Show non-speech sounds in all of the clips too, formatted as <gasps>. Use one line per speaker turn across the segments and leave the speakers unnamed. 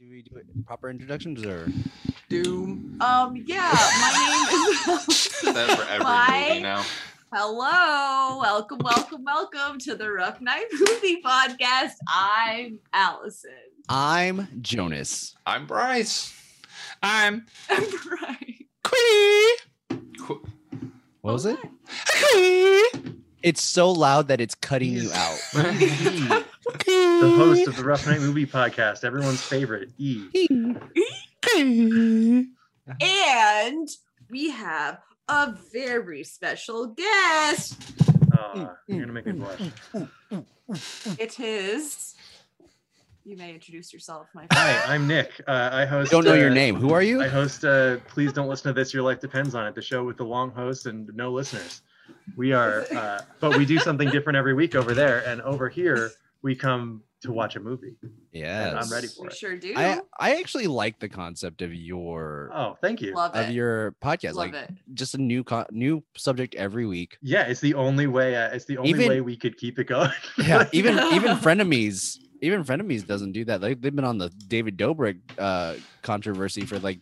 we do proper introductions or?
Doom.
Um, yeah, my name is. <laughs>
Is that for every
Why?
movie now?
Hello, welcome, welcome, welcome to the Rough Night Movie Podcast. I'm Allison. <laughs>
I'm Jonas.
I'm Bryce. I'm
I'm right.
Quee.
What was it?
Quee.
It's so loud that it's cutting you out.
the host of the Rough Night Movie Podcast, everyone's favorite, E.
And we have a very special guest.
Aw, you're gonna make me blush.
Hmm.
It is. You may introduce yourself, my friend.
Hi, I'm Nick. Uh, I host.
Don't know your
uh,
name. Who are
I
you?
host. Uh, Please don't listen to this. Your life depends on it. The show with the long host and no listeners. We are, uh, but we do something different every week over there, and over here we come to watch a movie.
Yes.
I'm ready for
We
it.
sure do.
I I actually like the concept of your
Oh, thank you.
Love
of
it.
your podcast.
Love
like
it.
just a new co- new subject every
<laughs>
week.
Yeah, it's the only way. Uh, it's the only
Even-
way we could keep it going.
Yeah. Even even frenemies even frenemies doesn't do that. Like they've been on the David Dobrik uh, controversy for like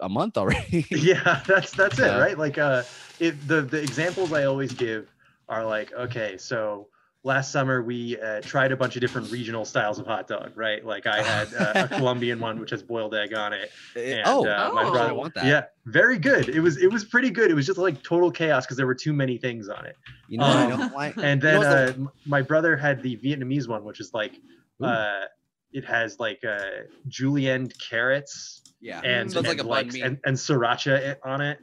a month already. <laughs>
yeah <laughs> that's that's it
Yeah.
right like uh if the the examples i always give are like okay so last summer we uh, tried a bunch of different regional styles of hot dog right like i had uh,
<laughs>
a colombian one which has boiled egg on it and
oh,
uh, my
Oh.
I
brother
want that.
yeah very good it was it was pretty good it was just like total chaos because there were too many things on it
You know, what I
Um,
don't like.
and
Hmm. You know
then
what's the-
uh, m- my brother had the vietnamese one which is like
Ooh.
uh it has like uh julienne carrots
yeah.
and
So it's like
and,
a
like,
bun me.
and, and sriracha i- on it.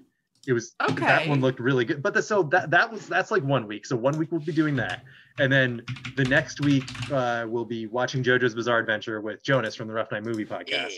It was that
Okay.
one looked really good. But the, so that that was that's like one week. So one week we'll be doing that, and then the next week uh, we'll be watching JoJo's Bizarre Adventure with Jonas from the Rough Night Movie Podcast,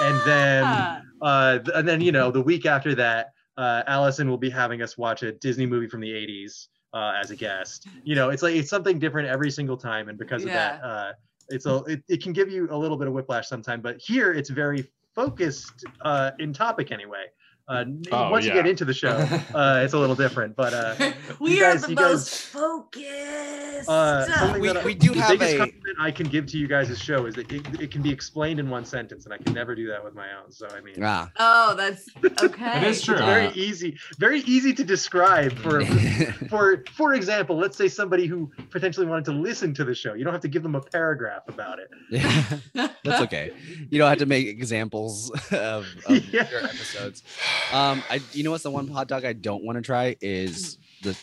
and then
Ah,
uh, th- and then you know the week after that, uh, Allison will be having us watch a Disney movie from the '80s uh, as a guest. You know, it's like it's something different every single time, and because
Yeah.
of that, uh, it's a it, it can give you a little bit of whiplash sometime. But here, it's very focused uh, in topic anyway. Uh, n-
Oh,
once
yeah.
you get into the show,
<laughs>
uh, it's a little different.
<laughs>
But uh,
we
you
are
guys-
the
you guys-
most focused.
uh, something
We-
that I-
we do
the
have
biggest
a-
compliment I can give to you guys' show is that it, it can be explained in one sentence, and I can never do that with my own. So I mean,
<laughs> Ah.
oh,
<laughs>
that's okay.
It is true.
It's very
Uh,
easy, very easy to describe
<laughs>
for for for example, let's say somebody who potentially wanted to listen to the show. You don't have to give them a paragraph about it.
That's okay. You don't have to make examples <laughs> of, of
<laughs> Yeah.
your episodes. Um, I you know what's the one hot dog I don't want to try is the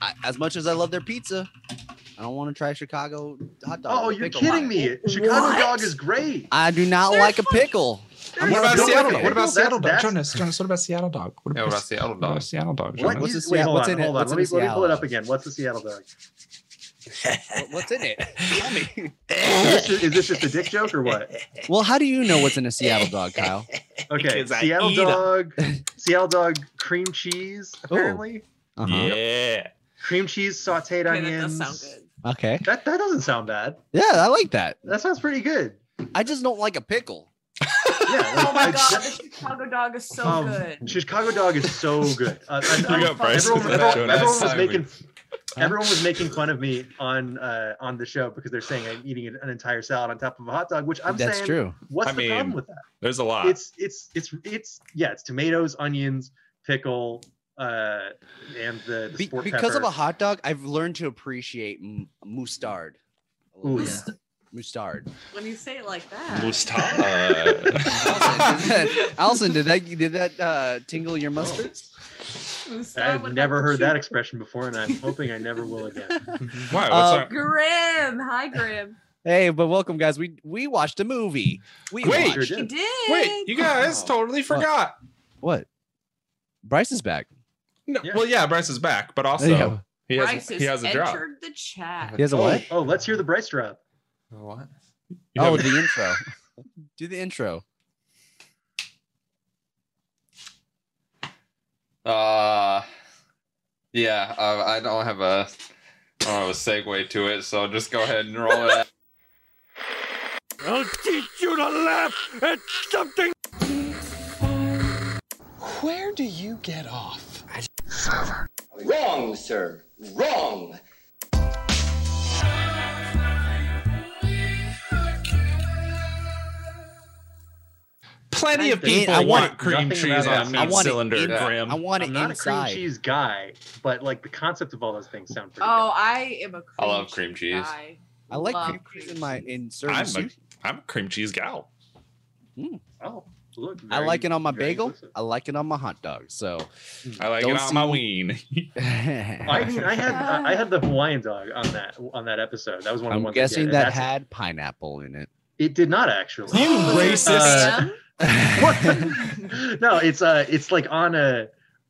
I, as much as I love their pizza, I don't want to try Chicago hot dog.
Oh,
with
you're
pickle
kidding
on it.
me. Chicago
What?
dog is great.
I do not
They're
like a
fucking-
<laughs>
pickle.
There's
What about
no
Seattle?
pickle.
What
That's- that's-
Jonas, Jonas, what about Seattle dog?
Yeah, what about Seattle
what about
dog?
Seattle dog,
What
Jonas?
What's
is,
the
wait,
Seattle-
hold
what's
on,
in it?
hold on.
What's
Let
in
me,
a
let me pull it
Seattle?
up again. What's the Seattle
<laughs>
dog?
What- What's in it? Tell me.
Is this, ju- is this just a dick joke
<laughs>
or what?
Well, how do you know what's in a Seattle dog,
<laughs>
Kyle?
Okay,
Because I
Seattle
eat
<laughs>
'em.
dog, Seattle dog, cream cheese apparently,
Uh-huh.
Yeah.
cream cheese, sautéed
Okay, that does
onions.
sound good.
Okay.
That that doesn't sound bad.
Yeah, I like that.
That sounds pretty good.
I just don't like a pickle.
Yeah.
<laughs>
like,
Oh my
I-
god, the Chicago dog is so
Um,
good.
Chicago dog is so
<laughs>
good. Uh, I- I-
We got Bryce
everyone,
with
everyone-
that Jonas.
everyone was
Simon.
making <laughs> everyone was making fun of me on uh, on the show because they're saying I'm eating an entire salad on top of a hot dog, which I'm
That's
saying,
true.
what's
I
the problem
mean,
with that?
There's a lot.
It's it's it's it's yeah, it's tomatoes, onions, pickle, uh, and the, the
Be-
sport
because
pepper.
of a hot dog, I've learned to appreciate m- mustard. a little
Ooh,
bit. Mustard.
When you say it like that,
<laughs> uh,
Allison,
Mustafa.
did that, <laughs> Allison, did that did that uh, tingle your mustards?
I've never heard that expression before, and I'm hoping I never
<laughs>
will again.
<laughs> Why? What's
Uh,
up?
Grim, hi
<laughs>
Grim.
Hey, but welcome, guys. We we watched a movie. We
Wait.
watched-
Sure
He
did.
did.
Wait, you guys
Wow.
totally forgot.
what? Bryce is back.
No,
Yeah.
Well, yeah, Bryce is back, but also
Yeah.
he
Bryce
has he has a
entered
drop.
the chat.
He has a what?
Oh, let's hear the Bryce drop.
What?
Oh, the intro. Do the intro.
Uh, yeah, uh, I don't have a, I don't have a segue to it, so just go ahead and roll it. out.
I'll teach you to laugh at something.
Where do you get off?
Wrong, sir. Wrong.
plenty of
Nothing
people
I want
want cream
nothing
cheese on
about
a
it.
meat
I
want it
cylinder,
in-
Graham.
I want it
I'm not a
inside.
cream cheese guy, but like the concept of all those things sound pretty
Oh, I am a cream
I love cream cheese.
guy.
I like
Love
cream cheese in my in certain
I'm a-
sushi.
I'm a cream cheese gal.
good. Oh, look.
I
very-
like it on my
very
bagel.
inclusive.
I like it on my hot dog. So
I like
Don't
it on my
see-
ween. <laughs>
I,
I,
mean, I had I had the Hawaiian dog on that on that episode. That was one of the
am
ones. I did,
guessing
and
that
that's-
had pineapple in it.
it did not actually. <laughs> Uh,
You
Was there
racist.
spam?
what? the- <laughs> no, it's uh, it's like on a,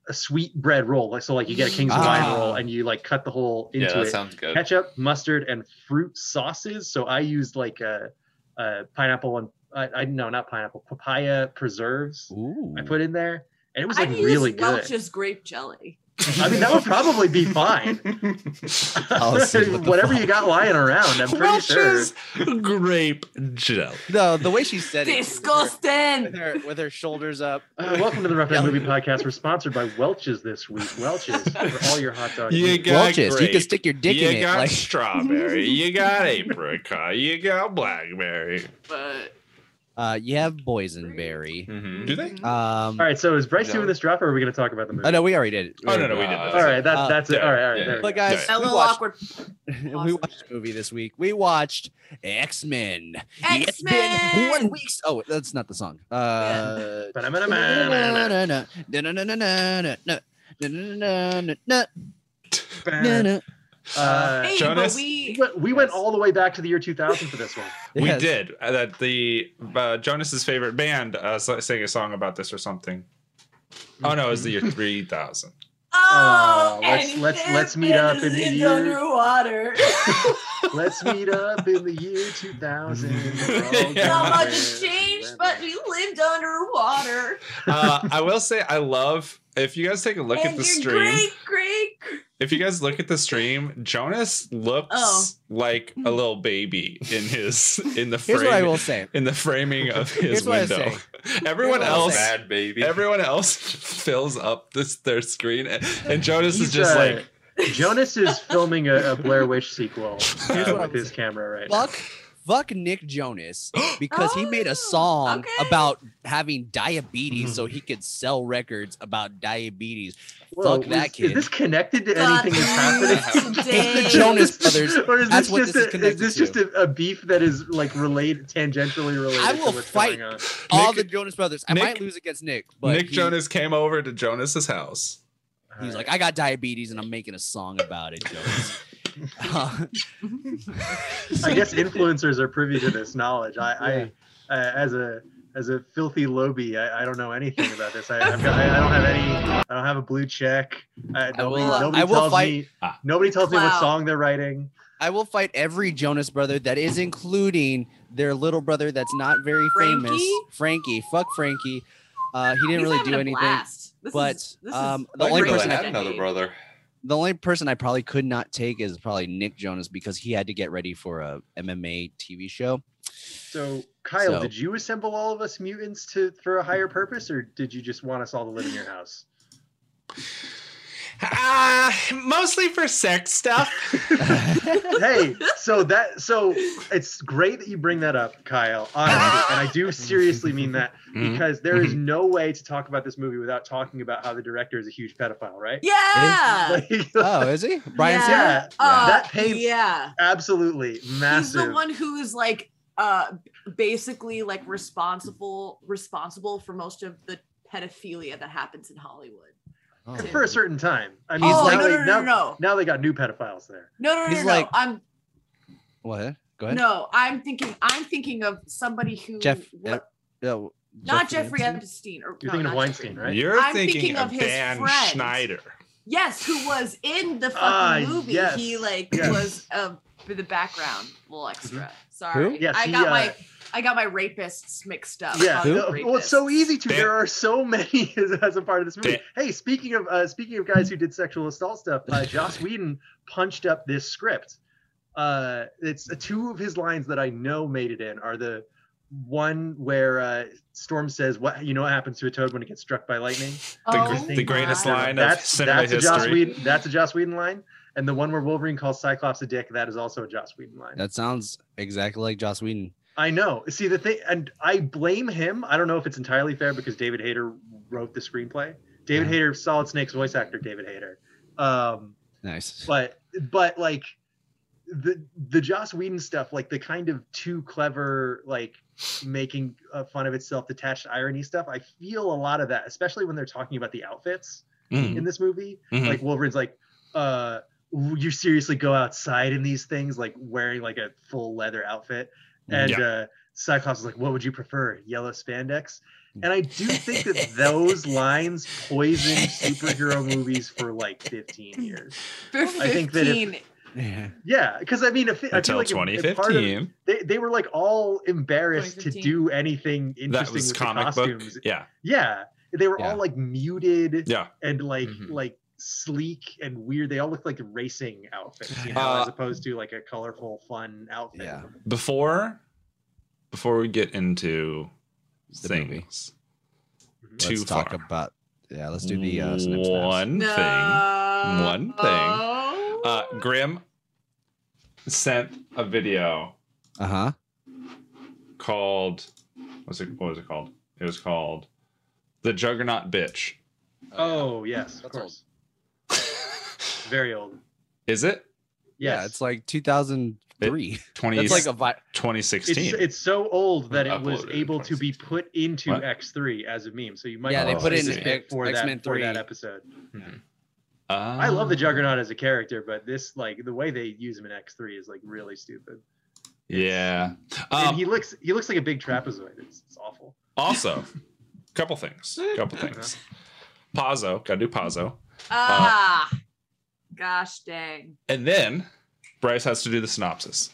a sweet bread roll. Like so, like you get a King's
Ah.
Hawaiian roll, and you like cut the hole into
Yeah, that
it.
sounds good.
Ketchup, mustard, and fruit sauces. So I used like a, uh pineapple and I, I no, not pineapple, papaya preserves.
Ooh.
I put in there, and it was
I
like
need
really
this
good.
Welch's grape jelly.
I mean, that would probably be fine.
I'll see what the
Whatever
fuck.
you got lying around, I'm pretty sure.
Welch's grape jelly.
no, the way she said it. With
Disgusting.
her, with her shoulders up.
Uh, welcome to the Rough Night Movie Podcast. We're sponsored by Welch's this week. Welch's for all your hot dog.
You
needs.
got
Welches. You
grape.
can stick your dick
you
in it.
got
Like,
strawberry. you got apricot. You got blackberry.
But
uh, you have boysenberry.
Mhm.
Do they?
Um,
All right, so is Bryce
No.
doing this drop, or are we going to talk about the movie?
Oh no, we already did. it.
Oh no, no, we did
Uh,
this.
All right, that's
Uh,
that's it. All right, all right.
yeah,
there we
But
go.
guys,
that
we
little
watched,
awkward.
we watched a movie this week. We watched X Men. It's been
X-Men!
one week. Oh, that's not the song. Uh,
Ba-da-ba-da-ba-da-ba-da.
Uh,
Uh,
Hey,
Jonas?
but
we
we
went- we went all the way back to the year 2000 for this one.
We
Yes.
did uh, that. The uh, Jonas's favorite band uh, s- sang a song about this or something. Oh no, it was the year three thousand.
oh,
Oh, let's-
and
let's- let's meet
Finn
up in
is
a year.
underwater.
Let's meet up in the year 2000. We're
Yeah.
all <laughs> gonna
So much
wear
has changed,
leather.
but we lived underwater.
Uh, I will say, I love if you guys take a look
and
at the
your
stream.
Great, great, great.
If you guys look at the stream, Jonas looks
Oh.
like a little baby in his in the frame.
<laughs> Here's what I will say.
in the framing of his
Here's what I
window.
say.
<laughs>
Here's
Everyone
what I
else,
Bad baby.
everyone else <laughs> fills up this their screen, and, and Jonas
He's,
is just
uh,
like,
Jonas is filming a, a Blair Witch
<laughs>
sequel uh,
Here's
what I'm
with his camera right
Fuck, fuck Nick
<gasps>
Jonas because he made
Oh,
a song
okay.
about having diabetes
Mm-hmm.
so he could sell records about diabetes.
now.
fuck
Whoa,
that
is,
kid.
Is this connected to
Fuck
anything
you
that's
<laughs>
happening? <laughs>
today.
The Jonas Brothers.
Or is
That's
this
what
just
this is
a,
connected
this
to.
just a, a beef that is like related tangentially related
I will
to what's
fight.
going on?
All
Nick-
the Jonas brothers. I
Nick-
might lose against Nick, but
Nick
he-
Jonas came over to Jonas's house.
He's like, I got diabetes and I'm making a song about it,
<laughs>
Jonas. Uh, <laughs>
I guess influencers are privy to this knowledge. I, I uh, as a as a filthy lobby, I, I don't know anything about this. I, I've got, I, I don't have any. I don't have a blue check. Uh,
I will-
nobody, nobody
I will
tells
fight-
me.
Ah.
Nobody tells me what
Clout.
song they're writing.
I will fight every Jonas brother that is including their little brother that's not very famous,
Frankie?
Frankie. Fuck Frankie. Uh, he didn't
He's
really
having
do
a
anything.
blast. This
but,
is- this
um,
is
the
I
only
really
person I
had another brother.
The only person I probably could not take is probably Nick Jonas because he had to get ready for a MMA TV show. <laughs>
So, Kyle,
So-
did you assemble all of us mutants to for a higher purpose, or did you just want us all to live in your house?
<laughs>
Uh, mostly for sex stuff.
hey, so that so it's great that you bring that up, Kyle. Honestly, and I do seriously mean that because there is no way to talk about this movie without talking about how the director is a huge pedophile, right?
Yeah.
<laughs> Like,
oh, is he? Brian
yeah.
Singer?
Yeah,
Uh,
that paints
Yeah.
absolutely massive.
He's the one who's like uh basically like responsible responsible for most of the pedophilia that happens in Hollywood.
Oh.
for a certain time. I mean,
He's
oh
now,
like-
no,
they,
no, no,
now,
no, no,
now they got new pedophiles there.
no, no, no,
He's
no,
like-
no. I'm
What? Go ahead.
no, I'm thinking, I'm thinking of somebody who
Jeff-
wa-
No,
not Jeffrey Epstein, or
You're
no,
thinking of
not
Weinstein,
Jeffrey.
right?
You're
I'm
thinking,
thinking
of,
of his
Dan
friend.
Schneider.
Yes, who was in the fucking
Ah,
movie.
yes,
He like
yes. Mm-hmm.
was uh, for the background little extra. Sorry,
Who?
Yes,
I
he,
got
uh,
my I got my rapists mixed up.
Yeah,
Fuck
no, well, it's so
rapists.
easy to.
They-
there are so <laughs> many as, as a part of this movie. hey, speaking of uh, speaking of guys who did sexual assault stuff,
<laughs>
uh, Joss Whedon punched up this script. Uh, it's two of his lines that I know made it in are the one where uh, Storm says, "What you know what happens to a toad when it gets struck by lightning."
The,
Oh
gr- the greatest
my.
line of
that's
cinema
that's a
history.
Joss Whedon. That's a Joss Whedon line. And the one where Wolverine calls Cyclops a dick, that is also a Joss Whedon line.
That sounds exactly like Joss Whedon.
I know. See the thing, and I blame him. I don't know if it's entirely fair because David Hayter wrote the screenplay. David Hayter, Solid Snake's voice actor, David Hayter. Um,
Nice.
but but like the the Joss Whedon stuff, like the kind of too clever, like making uh, fun of itself, detached irony stuff. I feel a lot of that, especially when they're talking about the outfits
Mhm.
Mm-hmm.
in this movie.
Mhm.
Like Wolverine's like, uh, you seriously go outside in these things, like wearing like a full leather outfit. And
Hmm. Yeah.
uh, Cyclops is like, what would you prefer, yellow spandex?
Hmm.
And I do think that
<laughs>
those lines poisoned superhero movies for like 15 years.
For
I think that if-
15.
<laughs> Yeah.
Yeah, because I mean, if, I feel
until
like if- if part of-
2015.
they, they were like all embarrassed to
2015.
do anything interesting
That was
with
comic
the
book.
costumes.
Yeah,
Yeah, they were
Yeah. Mm-hmm.
all like muted
yeah.
and like
Mhm.
like sleek and weird. They all looked like racing outfits, you know,
Uh,
as opposed to like a colorful, fun outfit.
Yeah.
Before, before we get into
The movie.
things, too
let's
far.
talk about. Yeah, let's do the uh, snip snaps.
one thing.
No. Oh.
One thing. Uh, Grim sent a video
Uh huh.
called what's it? What was it called? It was called the Juggernaut Bitch.
<laughs>
Oh yes, of
That's
course. Very old.
Is it
Yes.
Yeah, it's like 2003.
twenty?
That's like a vi-
it's,
2016.
it's so old that it was
Uploaded in
able to be put into
What?
X3 as a meme. So you might
Yeah,
they
want
put
to
it in
use it
X-
for
X-Men Oh.
that, for that
3.
episode.
Ah.
I love the Juggernaut as a character, but this like the way they use him in X three is like really stupid.
Yeah.
and
Um,
he looks he looks like a big trapezoid. It's, it's awful.
also, couple things. Couple
<laughs>
things. Pazzo, gotta do Pazzo.
Ah, gosh dang.
And then Bryce has to do the synopsis.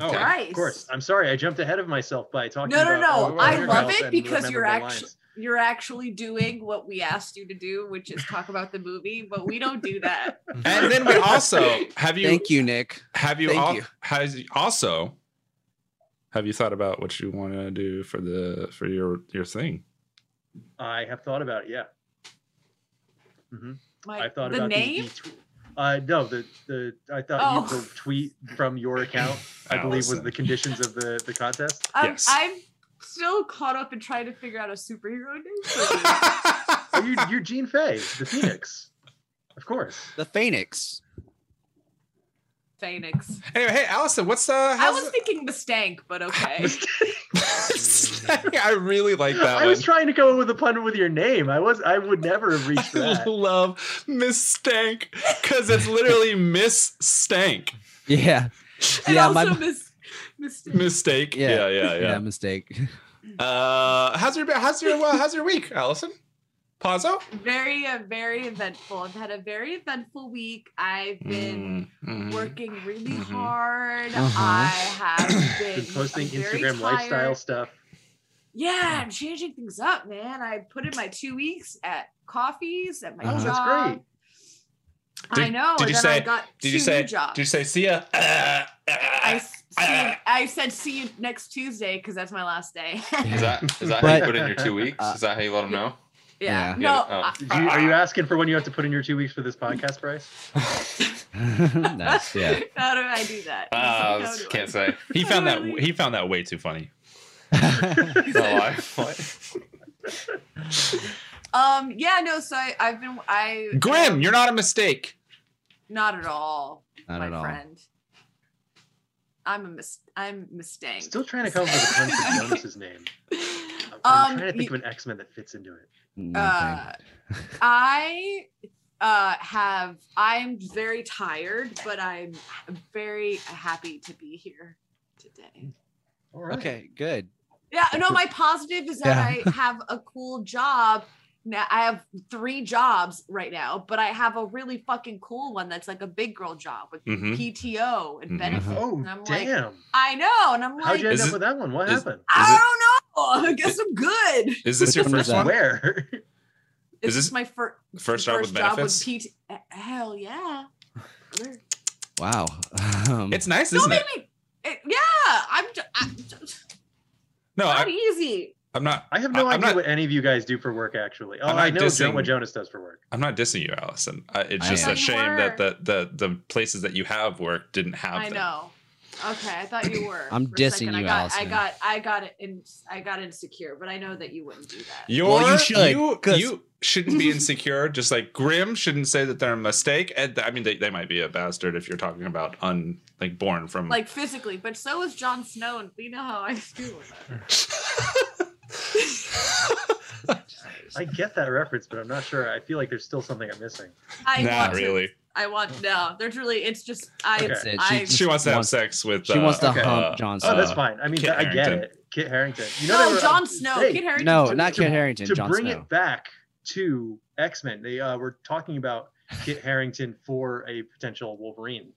Oh,
Christ.
of course. I'm sorry, I jumped ahead of myself by talking.
No, no,
about
no,
all the
I
Juggernaut
love
it
and
because you're
rememberable
actu-
lines. <laughs>
You're actually doing what we asked you to do, which is talk about the movie, but we don't do that.
And then we also <laughs> have you
Thank you, Nick.
have you,
Thank
al-
you.
has also have you thought about what you want to do for the for your your thing?
I have thought about it. Yeah,
My,
<laughs> I thought
the
about the-
name.
The, tw- uh, no, the the I thought
Oh.
you, the tweet from your account. I believe was
Allison.
the conditions of the the <laughs> contest.
I'm,
Yes.
Um, I'm still caught up in trying to figure out a superhero name.
<laughs>
for you.
Oh, you, you're Gene Fay, the Phoenix, of course.
The Phoenix.
Phoenix.
<laughs> anyway, hey Allison, what's the
I
how's
was thinking Mustang, but okay.
<laughs> the- I really like that
I
one.
was trying to come up with a pun with your name. I was I would never have <laughs> reached
I
that.
love Miss Stank because it's literally Miss Stank.
Yeah.
and
yeah,
also <laughs>
my-
mis- Mustang.
Mistake. Yeah,
Yeah.
yeah,
Yeah.
yeah.
mistake.
Uh, how's your how's your uh, how's your week, Allison? Pazzo.
very, uh, very eventful. I've had a very eventful week. I've been
Mm-hmm.
working really
Mhm.
hard.
Uh-huh.
<coughs>
I have been,
Been posting
I'm very
Instagram lifestyle
tired.
stuff.
Yeah, I'm changing things up, man. I put in my two weeks at coffees at my
Uh-huh.
job.
That's great.
I
Did-
know.
did
and
you
then I
say-
got
did
two
you say-
new jobs.
Did you say see ya? Uh, uh,
<laughs>
<laughs>
I, s- see you- I said see you next Tuesday because that's my last day. <laughs>
Is that is that how
But-
you put in your two weeks?
Uh,
Is that how you let them know?
Yeah.
yeah. No.
Yeah,
I-
Did you, are you asking for when you have to put in your two weeks
<laughs>
for this podcast, Bryce?
<laughs> nice. Yeah.
How do <laughs> I <laughs> do that?
Uh,
How do I- <laughs>
can't say.
he found that he found that way too funny.
<laughs>
It's
<laughs>
not live.
Um. Yeah. No. So I, I've been. I
Grim, you're not a mistake.
not at all,
Not
my
at all.
friend. I'm a mis. I'm Mustang. <laughs>
Still trying to come up with a pun for Jonas's name. I'm, I'm
um.
trying to think
you-
of an X Men that fits into it.
Nothing.
uh, I uh have. I'm very tired, but I'm very happy to be here today.
All right.
Okay, good.
Yeah, no, my positive is that
Yeah.
<laughs>
I have a cool job. Now I have three jobs right now, but I have a really fucking cool one that's like a big girl job with
Mm-hmm.
Mhm.
PTO and
Mhm.
benefits.
Oh
And I'm like,
damn!
I know, and I'm
How'd
like,
you end
Is
up
it-
with that one? What
is-
happened?
I don't
<laughs>
know. I guess I'm good.
Is this
Which
your
one was
first
that?
one?
Where?
Is
Is this
this
is my fir-
first job with benefits?
PT- eh, Hell yeah.
Wow. <laughs> Um,
It's nice,
Don't
isn't
make
it?
me. it- yeah, I'm. Just, I'm just,
No,
not
Oh, I,
easy.
I'm not.
<laughs> I have no
I- I'm
idea
not-
what any of you guys do for work. Actually, oh,
I'm not
I know
dissing-
Jo- what Jonas does for work.
I'm not dissing you, Allison. I, it's
I
just
know
a
you
shame
were.
that the, the the places that you have worked didn't have.
I
them.
know. Okay, I
<clears throat>
thought you were.
I'm
for a
dissing
second. I
you,
got, I
Allison.
got, I got it, in, I got insecure, but I know that you wouldn't do that.
You're,
Well, you should,
You,
'cause-
you shouldn't be insecure. Just like Grimm shouldn't say that they're a mistake. And I mean, they, they might be a bastard if you're talking about un like born from.
Like physically, but so is Jon Snow, and we know how I feel.
I get that reference, but I'm not sure. I feel like there's still something I'm missing.
I
not
want to-
really.
I want no. There's really. It's just I.
Okay.
That's it.
I
She
She wants to have sex with.
She wants to
okay.
uh,
hump John Snow.
Oh, that's fine. I mean,
Kit
I get
Harington.
it. Kit Harrington. You know,
no,
they were- uh,
Jon Snow.
Hey,
Kid Harington.
no,
To-
not
to-
Kit Harrington.
to
John
bring
Snow.
it back to X Men, they uh, were talking about Kit Harrington for a potential Wolverine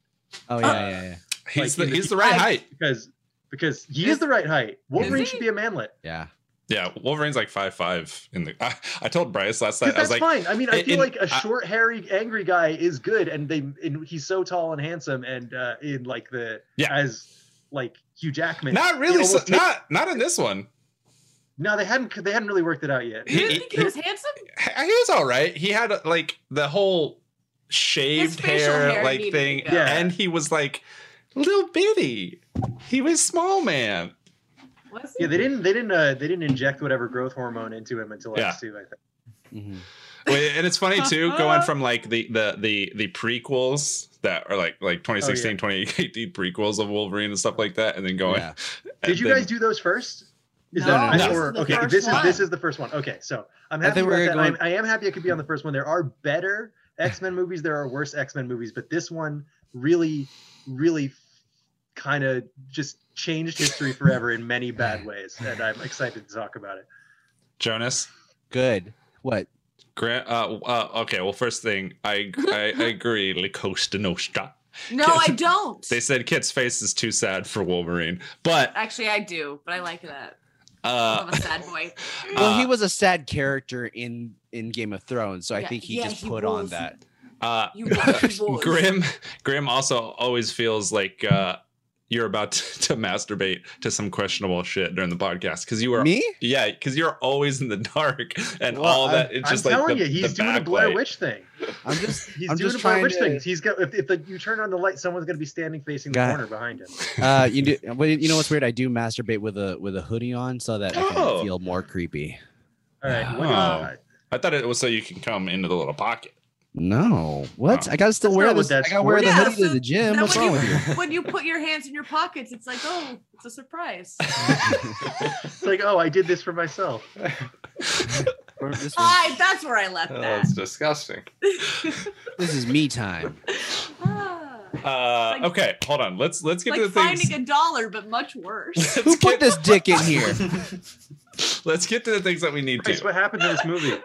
Oh yeah, yeah, yeah,
He's
like,
the
in
he's
the-
the right
I-
height.
because because he is the right height. Wolverine
he?
should be a manlet.
yeah.
Yeah, Wolverine's like five five in the. I, I told Bryce last night.
Because
I was
that's
like,
fine. I mean, I
in- uh,
feel
in-
like a
I-
short, hairy, angry guy is good, and they and he's so tall and handsome, and uh, in like the
Yeah.
as like Hugh Jackman.
not
He
really.
almost
So,
takes-
not not in this one.
no, they hadn't they hadn't really worked it out yet.
You didn't
He-
think he was handsome?
H- He was all right. He had uh, like the whole
His
shaved
facial
hair,
hair,
like
needed to
thing,
go.
Yeah.
and he was like little bitty. He was small man.
Was he?
Yeah, they didn't they didn't uh, they didn't inject whatever growth hormone into him until
Yeah.
X two. I think.
hmm
Wait, and it's funny too
<laughs>
going from like the the the the prequels that are like like 2016
Oh, yeah.
2018 prequels of wolverine and stuff like that and then going
Yeah.
and
Did you
then-
guys do those first? Is
No,
that
No, no,
no.
or-
this is the
okay?
first
This is
one.
this is the first one. Okay, so I'm
I
happy
think
about
we're
that.
gonna
I'm, I am happy it could be on the first one. There are better X Men movies. There are worse X Men movies, but this one really, really, kind of just changed history forever in
<laughs>
many bad ways, and I'm excited to talk about it.
jonas
Good. What?
grant uh, uh okay well first thing
<laughs>
i i, I agree la costa nostra
No, I don't.
they said kit's face is too sad for wolverine but
Actually, I do, but I like that. I'm
uh
a sad
<laughs>
boy.
Well, he
uh,
was a sad character in in Game of Thrones, so I
Yeah,
think he
yeah,
just
he
put on
was.
that.
uh
You lucky boy.
Grim Grim also always feels like uh you're about <laughs> to, to masturbate to some questionable shit during the podcast because you were
Me?
yeah because you're always in the <laughs> dark and
Well,
all
I'm-
that it's just
I'm
like
telling
the,
you, he's
the
doing a Blair
backlight.
Witch thing.
I'm
<laughs>
just.
He's
I'm
doing
just
a Blair
trying
Witch
to-
thing. He's got if, if the, you turn on the light, someone's going to be standing facing the
Got it.
corner behind him.
Uh, you do. well, You know what's weird? I do masturbate with a with a hoodie on, so that I
Oh.
can feel more creepy.
All right, what
Oh.
is-
I thought it was so you can come into the little pocket.
No, what?
Wow.
I gotta still
That's
wear
not what
this. I
that's
gotta wear
for.
the
Yeah,
hoodie to
so
the gym.
now
What's
what do
wrong with
you-
you?
<laughs> When you put your hands in your pockets, it's like, oh, it's a surprise.
it's like, oh, I did this for myself.
Or This, one-
I, that's where I left
Oh,
that.
that's disgusting.
this is me
<laughs>
time.
Ah, it's
Uh,
Like-
okay, hold on. Let's let's get
like
to the
finding
things. <laughs>
a dollar, but much worse.
Who put this dick in here?
let's get to the things that we need
Bryce,
to.
what happened to this movie?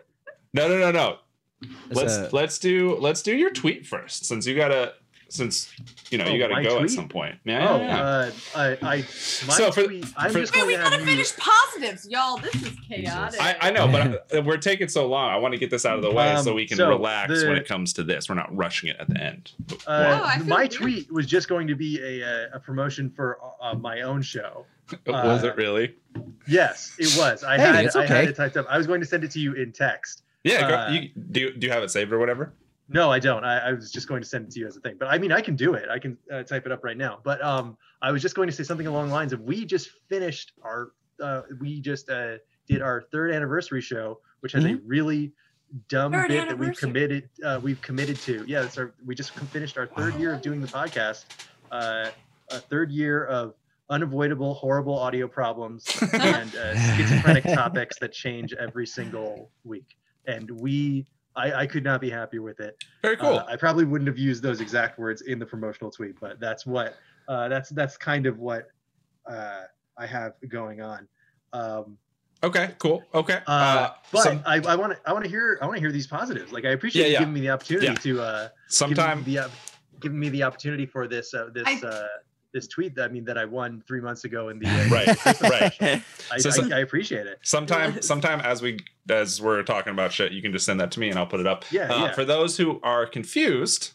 No, no, no, no.
It's
Let's
a-
let's do let's do your tweet first, since you gotta since you know you
Oh,
gotta
my
go at
tweet?
some point. Yeah.
Oh,
yeah, yeah.
uh, I, I my
So for-
tweet, I'm
for-
just
Wait,
going
we
to have
gotta
you.
finish positives, y'all. This is chaotic.
I, I know, but
<laughs>
I- we're taking so long. I want to get this out of the way so
Um,
we can
so
relax
the-
when it comes to this. We're not rushing it at the end.
Uh,
Oh, I feel
my
weird.
tweet was just going to be a, uh, a promotion for uh, my own show.
was
uh,
it really?
Yes, it was. I
Hey,
had
it's
I had
okay.
it typed up. I was going to send it to you in text.
Yeah.
uh,
go, you, do you- do you have it saved or whatever?
No, I don't. I, I was just going to send it to you as a thing. But I mean, I can do it. I can uh, type it up right now. But um, I was just going to say something along the lines of we just finished our, uh, we just uh, did our third anniversary show, which has a really dumb
Mm-hmm. Third
bit that we've
anniversary.
committed, uh, we've committed to. Yeah, that's our. We just finished our third year of doing the podcast. Uh, a third year of unavoidable, horrible
<laughs>
audio problems and uh, schizophrenic topics that change every single week. And we, I, I could not be happier with it.
Very
Uh, I probably wouldn't have used those exact words in the promotional tweet, but that's what uh, that's that's kind of what uh, I have going on. Um,
okay. Cool. Okay.
uh,
Uh,
but
some-
I I want to I want to hear I want to hear these positives. Like I appreciate
Yeah,
you
yeah.
giving me the opportunity
Yeah.
to uh, giving
sometime.
me the op- giving me the opportunity for this uh, this
I-
uh, this tweet. That, I mean that I won three months
<laughs>
ago in the uh,
right. Right.
I,
So- so-
I, I appreciate it. <laughs>
Sometime, sometime as we as we're talking about shit, you can just send that to me and I'll put it up.
Yeah,
Uh,
yeah.
For those who are confused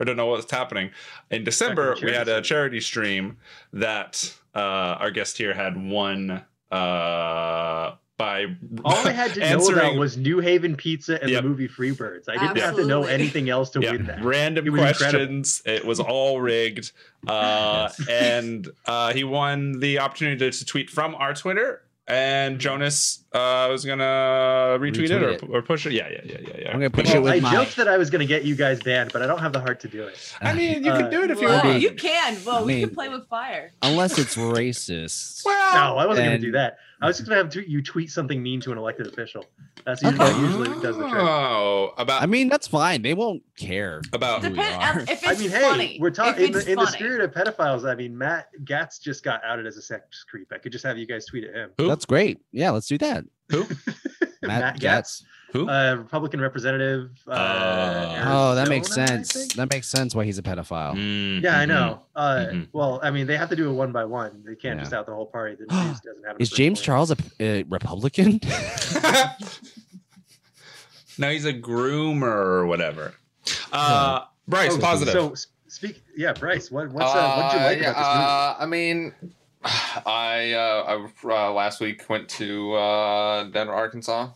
or don't know what's happening, in December
Second
we
charity
had a
stream.
charity stream that uh, our guest here had won uh, by by
All
<laughs>
I had to know about
answering
was New Haven pizza and
Yep.
the movie Freebirds. I didn't have to know
Absolutely.
anything else to
Yeah,
win that.
random
It was incredible.
questions. It was all rigged. Uh,
<laughs>
and uh, he won the opportunity to, to tweet from our Twitter. And Jonas uh, was going to retweet, it, or,
Retweet it.
or push it. Yeah, yeah, yeah, yeah. yeah.
I'm gonna push
Well,
it with
I
my.
joked that I was going to get you guys banned, but I don't have the heart to do it.
I mean, you
Uh,
can do it if you
Whoa,
Well,
want.
you can. Whoa, we
Maybe.
can play with fire.
Unless it's racist.
No, I wasn't going
And-
to do that. I was just going to have to, you tweet something mean to an elected official. That's usually, that usually does the trick.
Oh, about
I mean, that's fine. They won't care.
Oh,
about
Who we
Depend
are.
if it's
I mean, hey,
funny.
we're talking in,
If it's
the- in the
funny.
spirit of pedophiles. I mean, Matt Gatz just got outed as a sex creep. I could just have you guys tweet at him. <laughs>
Who?
That's great. Yeah, let's do that.
Who?
Matt
Gaetz.
Who?
Uh, Republican representative. Uh,
Uh,
Oh, that makes
Arizona, I
sense.
think?
That makes sense why he's a pedophile.
Mm,
Yeah, I
mhm.
know. Uh,
Mhm.
Well, I mean, they have to do it one by one. They
Mm-hmm.
can't
Yeah.
just out the whole party.
<gasps>
The news doesn't have. a
Is
first
James
one.
Charles a, a Republican? <laughs>
mm-hmm. <laughs> now he's a groomer or whatever. Uh, Bryce,
Oh,
positive.
So s- speak. Yeah, Bryce. What what's uh, what did you like
yeah,
about
uh, I mean, <sighs> I uh, I uh, last week went to uh, Denver, Arkansas.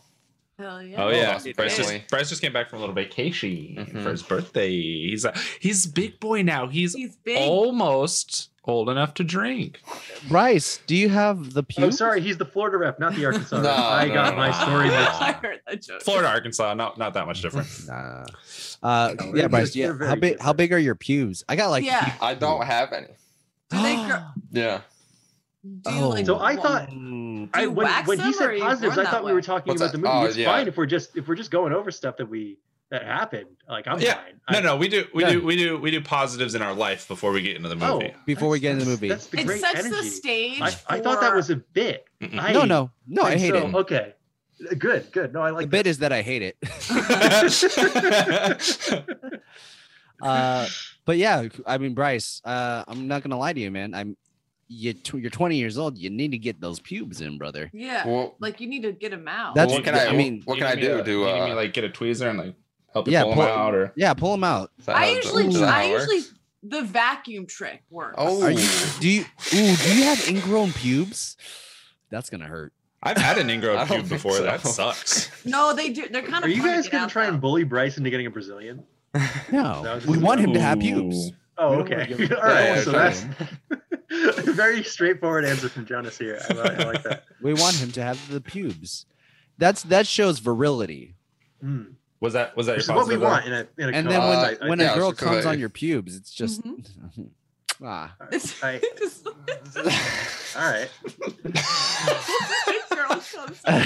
Hell yeah.
Oh yeah,
Awesome.
Bryce
Personally.
just, Bryce just came back from a little vacation
Mhm.
for his birthday. He's a he's a big boy now. He's
He's big.
almost old enough to drink.
Bryce, do you have the
this?
pew?
movie? I'm Oh, sorry, he's the Florida rep, not
<laughs>
the Arkansas.
No,
rep. I
no,
got
no,
my
no.
story. mixed.
I heard Oh, that joke.
Florida, Arkansas, not not that much <laughs> different.
<laughs> Nah. Uh,
No,
yeah,
they're
Bryce.
just-
Yeah.
they're
How
very
big? How
different.
big are your pews? I got like.
yeah.
<gasps>
I don't have any.
Do they
<gasps>
grow-
Uh,
Yeah.
do you,
Oh.
like,
So I thought-
Mm.
I,
you
when,
wax
when he
them or
said
you
positives,
burn
I
that
thought we
way?
were talking
What's
about
that?
the movie.
Oh,
it's
yeah.
fine if we're just if we're just going over stuff that we that happened. Like I'm
Yeah.
fine.
No,
I-
no, we do we
Yeah.
do we do we do positives in our life before we get into the
Oh,
movie. <laughs>
Before we get into the
that's-
movie.
that's the
it's
great
such the
energy.
stage.
I, I thought that
for-
was a bit.
Mm-mm.
I,
No, no, no. I
think
hate
so.
it.
Okay, good, good. No, I
The
like
bit is that I hate it. <laughs> uh, but yeah, I mean, Bryce, uh, I'm not gonna lie to you, man. I'm you. Tw- you're 20 years old. You need to get those pubes in, brother.
Yeah.
Well,
Like you need to get him out.
That's-
what can
I
I?
mean-
what
You
can I
need me
do?
to-
do
you need
uh,
me to, like get a tweezer and like help you
Yeah,
pull,
pull-
them out or
Yeah, pull them out.
is that
I
how it-
usually,
is that how
I
it works?
usually, the vacuum trick works.
Oh,
Are you? Do you? Ooh, do you have ingrown pubes? That's gonna hurt.
I've had an ingrown
<laughs> I don't
cube
think
before.
so.
That <laughs> sucks.
No, they do. They're kind
Are
of.
you
fun to
guys
get
gonna
out,
try and
though.
bully Bryce into getting a Brazilian?
No,
That
we
was-
want him to have pubes.
Ooh.
Oh,
We don't wanna
okay.
give
<laughs>
him-
All right.
Yeah,
so
yeah,
that's <laughs> very straightforward answer from Jonas here. I, li- I like that.
We want him to have the pubes. That's that shows virility.
<laughs>
Mm.
Was that was that
Which is
your
what we
positive? though?
want in a in a
And
co-
then when
Uh,
I-
when
yeah, I
a
was
girl
just gonna
comes
say-
on your pubes, it's just <laughs> ah.
It's,
I-
<laughs> just,
all right.
girl comes out.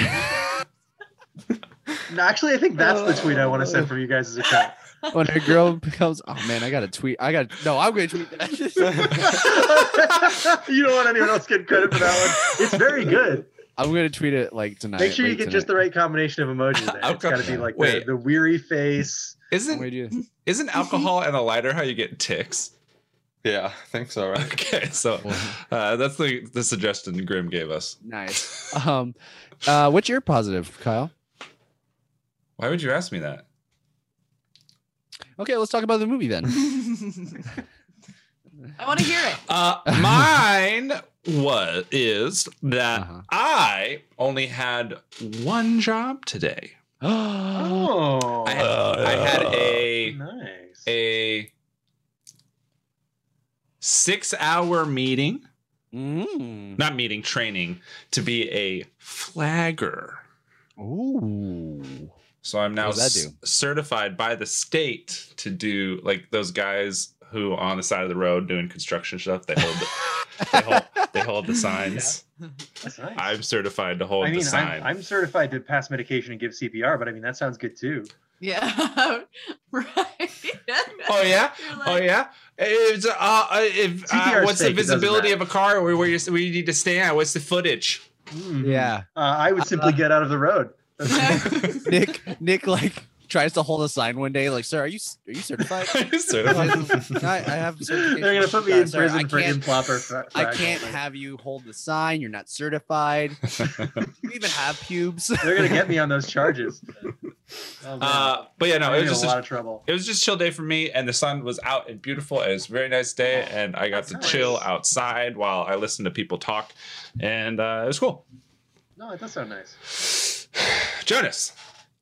No, actually, I think that's the tweet I want to send from you guys'
<laughs>
account.
when a girl <laughs> becomes oh man, I gotta tweet. I got to no. I'm gonna tweet that. <laughs>
<laughs>
<laughs>
you don't want anyone else getting credit for that one. It's very good.
I'm gonna tweet it like tonight.
Make sure you
late
get just the
tonight.
right combination of emojis. There. It's
Okay.
got to be like the,
Wait.
the weary face.
What
Isn't
do we <laughs> do?
isn't alcohol and a lighter how you get ticks?
yeah, I think so.
<laughs>
Right?
Okay, so uh, that's the the suggestion Grim gave us.
Nice. <laughs> Um, uh, what's your positive, Kyle?
Why would you ask me that?
Okay, let's talk about the movie then. <laughs> <gasps>
I want to hear it.
<laughs> Uh, mine was is that
Uh-huh.
I only had one job today.
oh,
Oh,
I, had, I had a
nice.
a six hour meeting,
mm.
not meeting, training to be a flagger.
ooh,
So I'm now
What does that
s- certified by the state to do like those guys who on the side of the road doing construction stuff. They hold the, they hold they
<laughs>
hold the signs.
That's nice.
I'm certified to hold
I
the
mean,
sign.
I'm, I'm certified to pass medication and give CPR, but I mean that sounds good too.
Yeah. <laughs> right.
oh yeah,
<laughs> You're
oh
like,
yeah. It's uh, uh if uh,
CPR 's
what's the
fake, it doesn't
visibility of a
matter.
car? Where where you where you need to stand? What's the footage? <laughs>
Hmm.
yeah.
Uh, I would simply get out of the road.
<laughs>
<laughs>
Nick, Nick, like tries to hold a sign one day. Like, sir, are you are you <laughs> certified?
certified.
I, I have. certification.
They're gonna put me
Sorry,
in
sorry,
prison
I
for
can't- <laughs>
improper.
I can't have you hold the sign. You're not
<laughs>
certified. you even have pubes.
They're gonna get me on
<laughs>
those charges. Oh, man.
Uh, but yeah, no,
I'm
it was
in
just
a
a
lot of trouble.
it was just a chill day for me and the sun was out and beautiful and it was a very nice day and i got
That's
to
nice.
chill outside while i listened to people talk and uh, it was cool
No, it does sound nice.
<sighs> Jonas,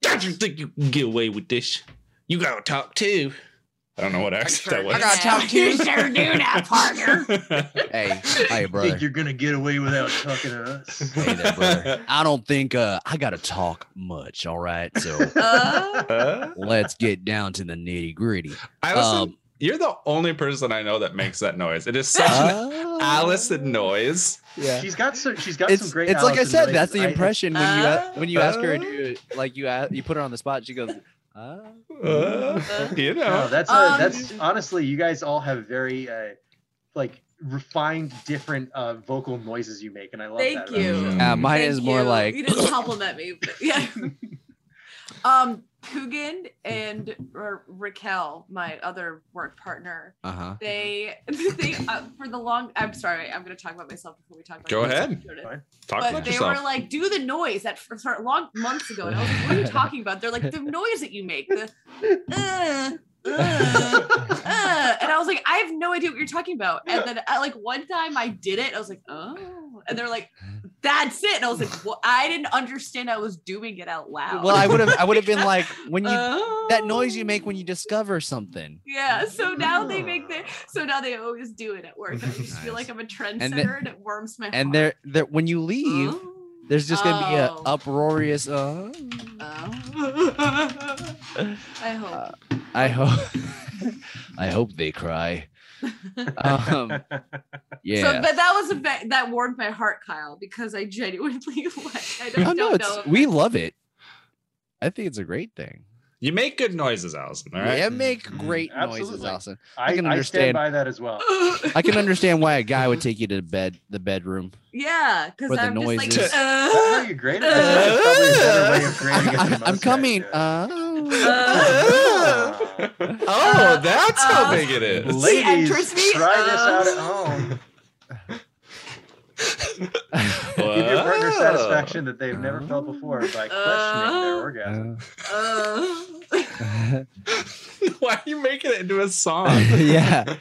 don't you think you can get away with this? You gotta talk too. <laughs> I don't know what accent that was.
I gotta talk to you.
sure do <laughs> now, partner.
<laughs>
hey, hey, brother.
Think you're gonna get away without talking to us?
<laughs> Hey there,
<laughs>
brother. I don't think uh, I gotta talk much. All right, so
Uh,
Huh?
let's get down to the nitty gritty.
I was.
Um,
you're the only person I know that makes that noise. It is such
<laughs>
an Allison noise.
Yeah.
<laughs> She's got some. She's got some
uh, It's,
great.
it's like I
Allison
said.
Rice.
That's the
I-
impression when you a-
Uh,
when you ask her to do it. Like you ask, you put her on the spot. She goes, uh,
Uh-huh.
Uh, you
No,
know.
that's uh,
Um,
that's honestly, you guys all have very uh, like refined, different uh, vocal noises you make, and I love that.
Thank
about the
you.
show.
Uh, mine
Thank
is more
you. <laughs>
like
you didn't compliment me. but- <laughs> yeah. um, Coogan and Ra- Raquel, my other work partner,
uh huh.
they <laughs> they uh, for the long. I'm sorry, I'm going to talk about myself before we talk about.
Go
you,
ahead.
Jordan.
Fine.
Talk
But
about
they
yourself.
were like, do the noise that for, for long months ago, and I was like, what are you talking about? They're like, the noise that you make, the uh, uh, uh," and I was like, I have no idea what you're talking about. And then I, like one time I did it, I was like, oh, and they're like, that's it. And I was like, well, I didn't understand I was doing it out loud.
Well, I
<laughs>
would have I would have been like when you
Oh.
that noise you make when you discover something.
Yeah, so now they make the so now they always do it at work. I just feel
Nice.
like I'm a
And the-
trendsetter and it warms my
And
heart.
there there when you leave,
Oh.
there's just gonna be a
Oh.
uproarious. Uh,
Oh. <laughs> I hope.
Uh, I hope <laughs> I hope they cry.
<laughs>
Um, yeah.
So, but that was a ve- that warmed my heart, Kyle, because I genuinely <laughs> like I
oh no,
don't, don't
it's
know. if
we
I-
love it. I think it's a great thing.
you make good noises, Allison. All right.
Yeah, make
Mm-hmm.
great noises,
Absolutely.
Allison.
I,
can
I
understand.
stand by that as well.
I can understand <laughs> why a guy would take you to bed, the
<laughs>
bedroom.
<laughs> yeah,
For
because
the
I'm just
noises.
like.
Is that how
Uh,
you grade
<laughs>
it? That's probably a better way of grading it
I,
than
am
most
coming.
guys do.
Oh.
<laughs> Ah.
Oh, that's how
uh,
big it is.
She enters
Ladies,
me,
try this
uh,
out at home. <laughs> Give your partner
Oh.
Whoa.
satisfaction that they've never felt before by questioning their
Uh,
orgasm.
uh,
<laughs> Why are you making it into a
<laughs>
song?
<laughs> yeah. Uh.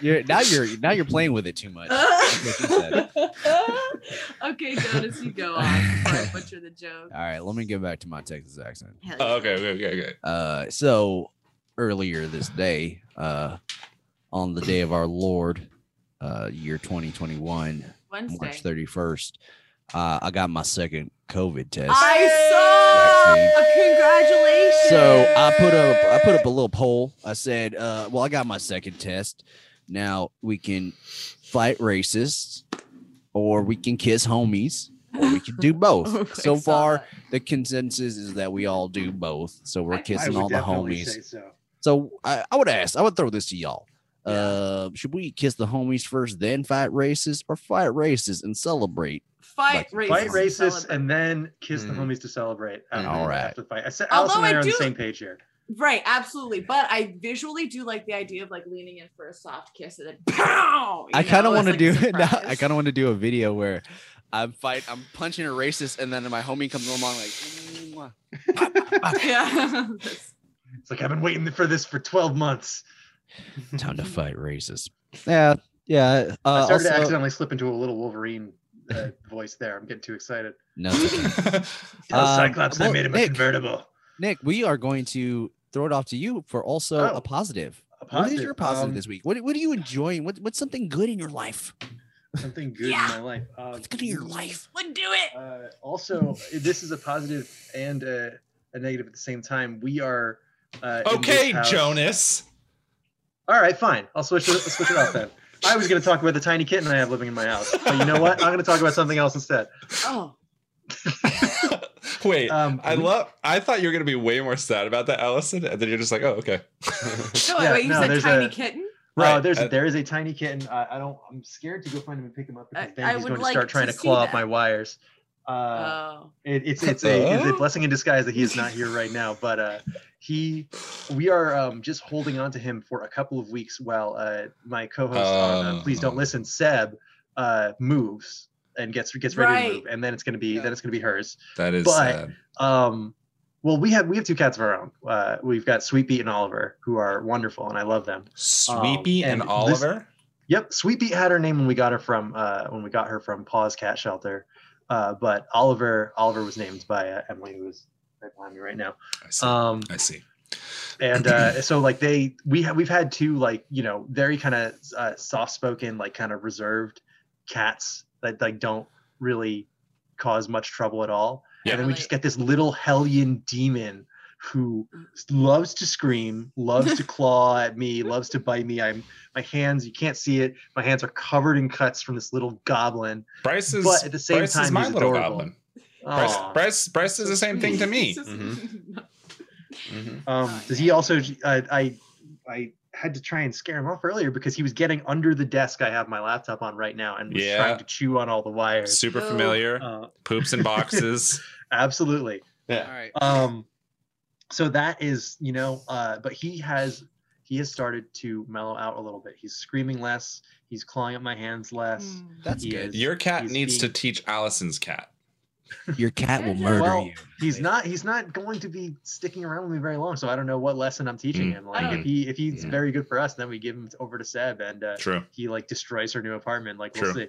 You're, now you're now you're playing with it too much. That's what she said.
uh, <laughs> okay, Jonas, you go on before I butcher the joke.
All right, let me get back to my Texas accent.
Hell
Oh,
yeah.
okay, okay, okay, okay.
Uh, so earlier this day, uh, on the day of our Lord, uh, year 2021, March
Wednesday.
31st, uh, I got my second COVID test.
I saw. Congratulations.
so I put up I put up a little poll. I said, uh, "Well, I got my second test. Now we can fight racists, or we can kiss homies, or we
<laughs>
can do both."
Oh, I
so
saw
far,
that.
the consensus is that we all do both. So
I-
we're
I
kissing
would
all the
definitely
homies.
say so.
So I, I would ask, I would throw this to y'all.
Yeah.
Uh, should we kiss the homies first, then fight racists, or fight racists and celebrate? Like,
fight racist.
Fight
Celebrate.
racists and then kiss the homies to celebrate. I don't know,
Hmm. All
we
right.
have to fight. I said,
Although
Allison and I
I
are on the
do-
same page here.
Right, absolutely. But I visually do like the idea of like leaning in for a soft kiss and then pow.
I
you
kind
know,
of
as,
want to
like,
do
a
it now. I
surprise.
kind of want to do a video where I'm fight, I'm punching a racist, and then my homie comes along like, "Mwah."
<laughs> yeah.
It's like I've been waiting for this for 12 months.
time to fight racist. Yeah, yeah.
I
Uh,
started to
also,
accidentally slip into a little Wolverine uh, voice there. I'm getting too excited.
no, it's okay.
<laughs>
<laughs>
Tell
Um,
Cyclops
well,
I made him
Nick-
a convertible.
Nick, we are going to throw it off to you for also
Oh,
a positive.
A
What is your positive
um,
this week? What, what are you enjoying? What, what's something good in your life?
Something good
Yeah.
in my life. Um,
What's good in your life?
Would do it.
Uh, also, this is a positive and a, a negative at the same time. We are. Uh, in this
Okay,
house-
Jonas.
All right, fine. I'll switch it, I'll switch it up then. I was going to talk about the tiny kitten I have living in my house. But you know what? I'm going to talk about something else instead.
Oh,
Wait,
Um,
I love. I thought you were gonna be way more sad about that, Allison, and then you're just like, oh, okay.
no,
Yeah,
wait, you
no,
said
there's
tiny
a-
kitten?
Right.
Right,
there's
uh,
there is a tiny kitten. I, I don't. I'm scared to go find him and pick him up because
I-
then
I
he's
would
going to
like
start trying
to
to
see
claw
that.
up my wires. Uh,
Oh.
it, it's it's a, it's a
Oh.
blessing in disguise that he is not here right now. But uh, he, we are um, just holding on to him for a couple of weeks while uh, my co-host on uh, Please Don't
Oh.
Listen, Seb, uh, moves and gets gets ready
Right.
to move, and then it's going to be then it's going to be hers
that is
but-
sad.
um well we have we have two cats of our own uh we've got sweet Beat and oliver who are wonderful and i love them
Sweepy and,
and this-
Oliver.
yep sweet Beat had her name when we got her from uh when we got her from paws cat shelter Uh, but Oliver Oliver was named by uh, Emily, who is right behind me right now.
I see.
Um,
I see. <laughs>
and uh, so like they we ha- we've had two like you know very kind of uh, soft spoken like kind of reserved cats that like don't really cause much trouble at all.
Yeah.
And then we just get this little hellion demon who loves to scream, loves to claw at me, loves to bite me. I'm my hands you can't see it. My hands are covered in cuts from this little goblin.
Bryce is
but at the same
Bryce
time,
is my
he's
little
adorable.
goblin. Bryce,
Aw.
Bryce, Bryce is the same thing to
<laughs>
me.
Mm-hmm.
Mhm.
Um,
Oh,
does
yeah.
he also? I, I I had to try and scare him off earlier because he was getting under the desk I have my laptop on right now and was
Yeah.
trying to chew on all the wires.
Super
Oh.
familiar.
Uh,
Poops in
<laughs>
boxes.
absolutely.
All
Yeah.
right.
Um, so that is you know, uh, but he has he has started to mellow out a little bit. He's screaming less. He's clawing at my hands less.
Hmm.
That's
He
good.
is-
Your cat
He's
needs
being-
to teach Allison's cat.
Your cat will murder
Well,
you.
He's not he's not going to be sticking around with me very long. So I don't know what lesson I'm teaching him. Like
Oh.
if he if he's
Yeah.
very good for us, then we give him over to Seb and uh,
True.
he like destroys her new apartment. Like we'll
True.
see.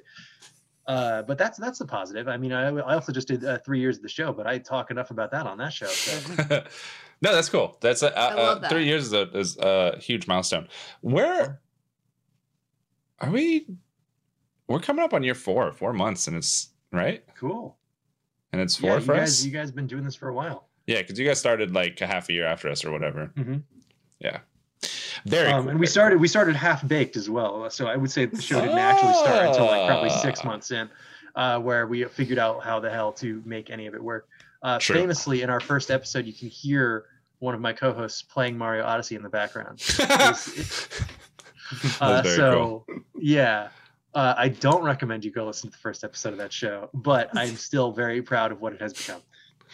Uh, but that's that's the positive. I mean, I, I also just did uh, three years of the show, but I talk enough about that on that show. So.
<laughs> no, that's cool. That's uh,
I love
uh,
that.
three years is a, is a huge milestone. Where are we? We're coming up on year four, four months, and it's right,
cool.
and it's
Yeah,
four
you
for
guys,
us.
you guys been doing this for a while.
Yeah, because you guys started like a half a year after us or whatever.
Mhm.
Yeah, very.
Um,
cool,
and we
very <laughs>
started we started half baked as well. So I would say the show didn't actually start until like probably six
Ah.
months in, uh, where we figured out how the hell to make any of it work. Uh,
True.
famously, in our first episode, you can hear one of my co-hosts playing Mario Odyssey in the background.
cool.
Uh,
That's Oh, very
so yeah uh, i don't recommend you go listen to the first episode of that show but i'm still very proud of what it has become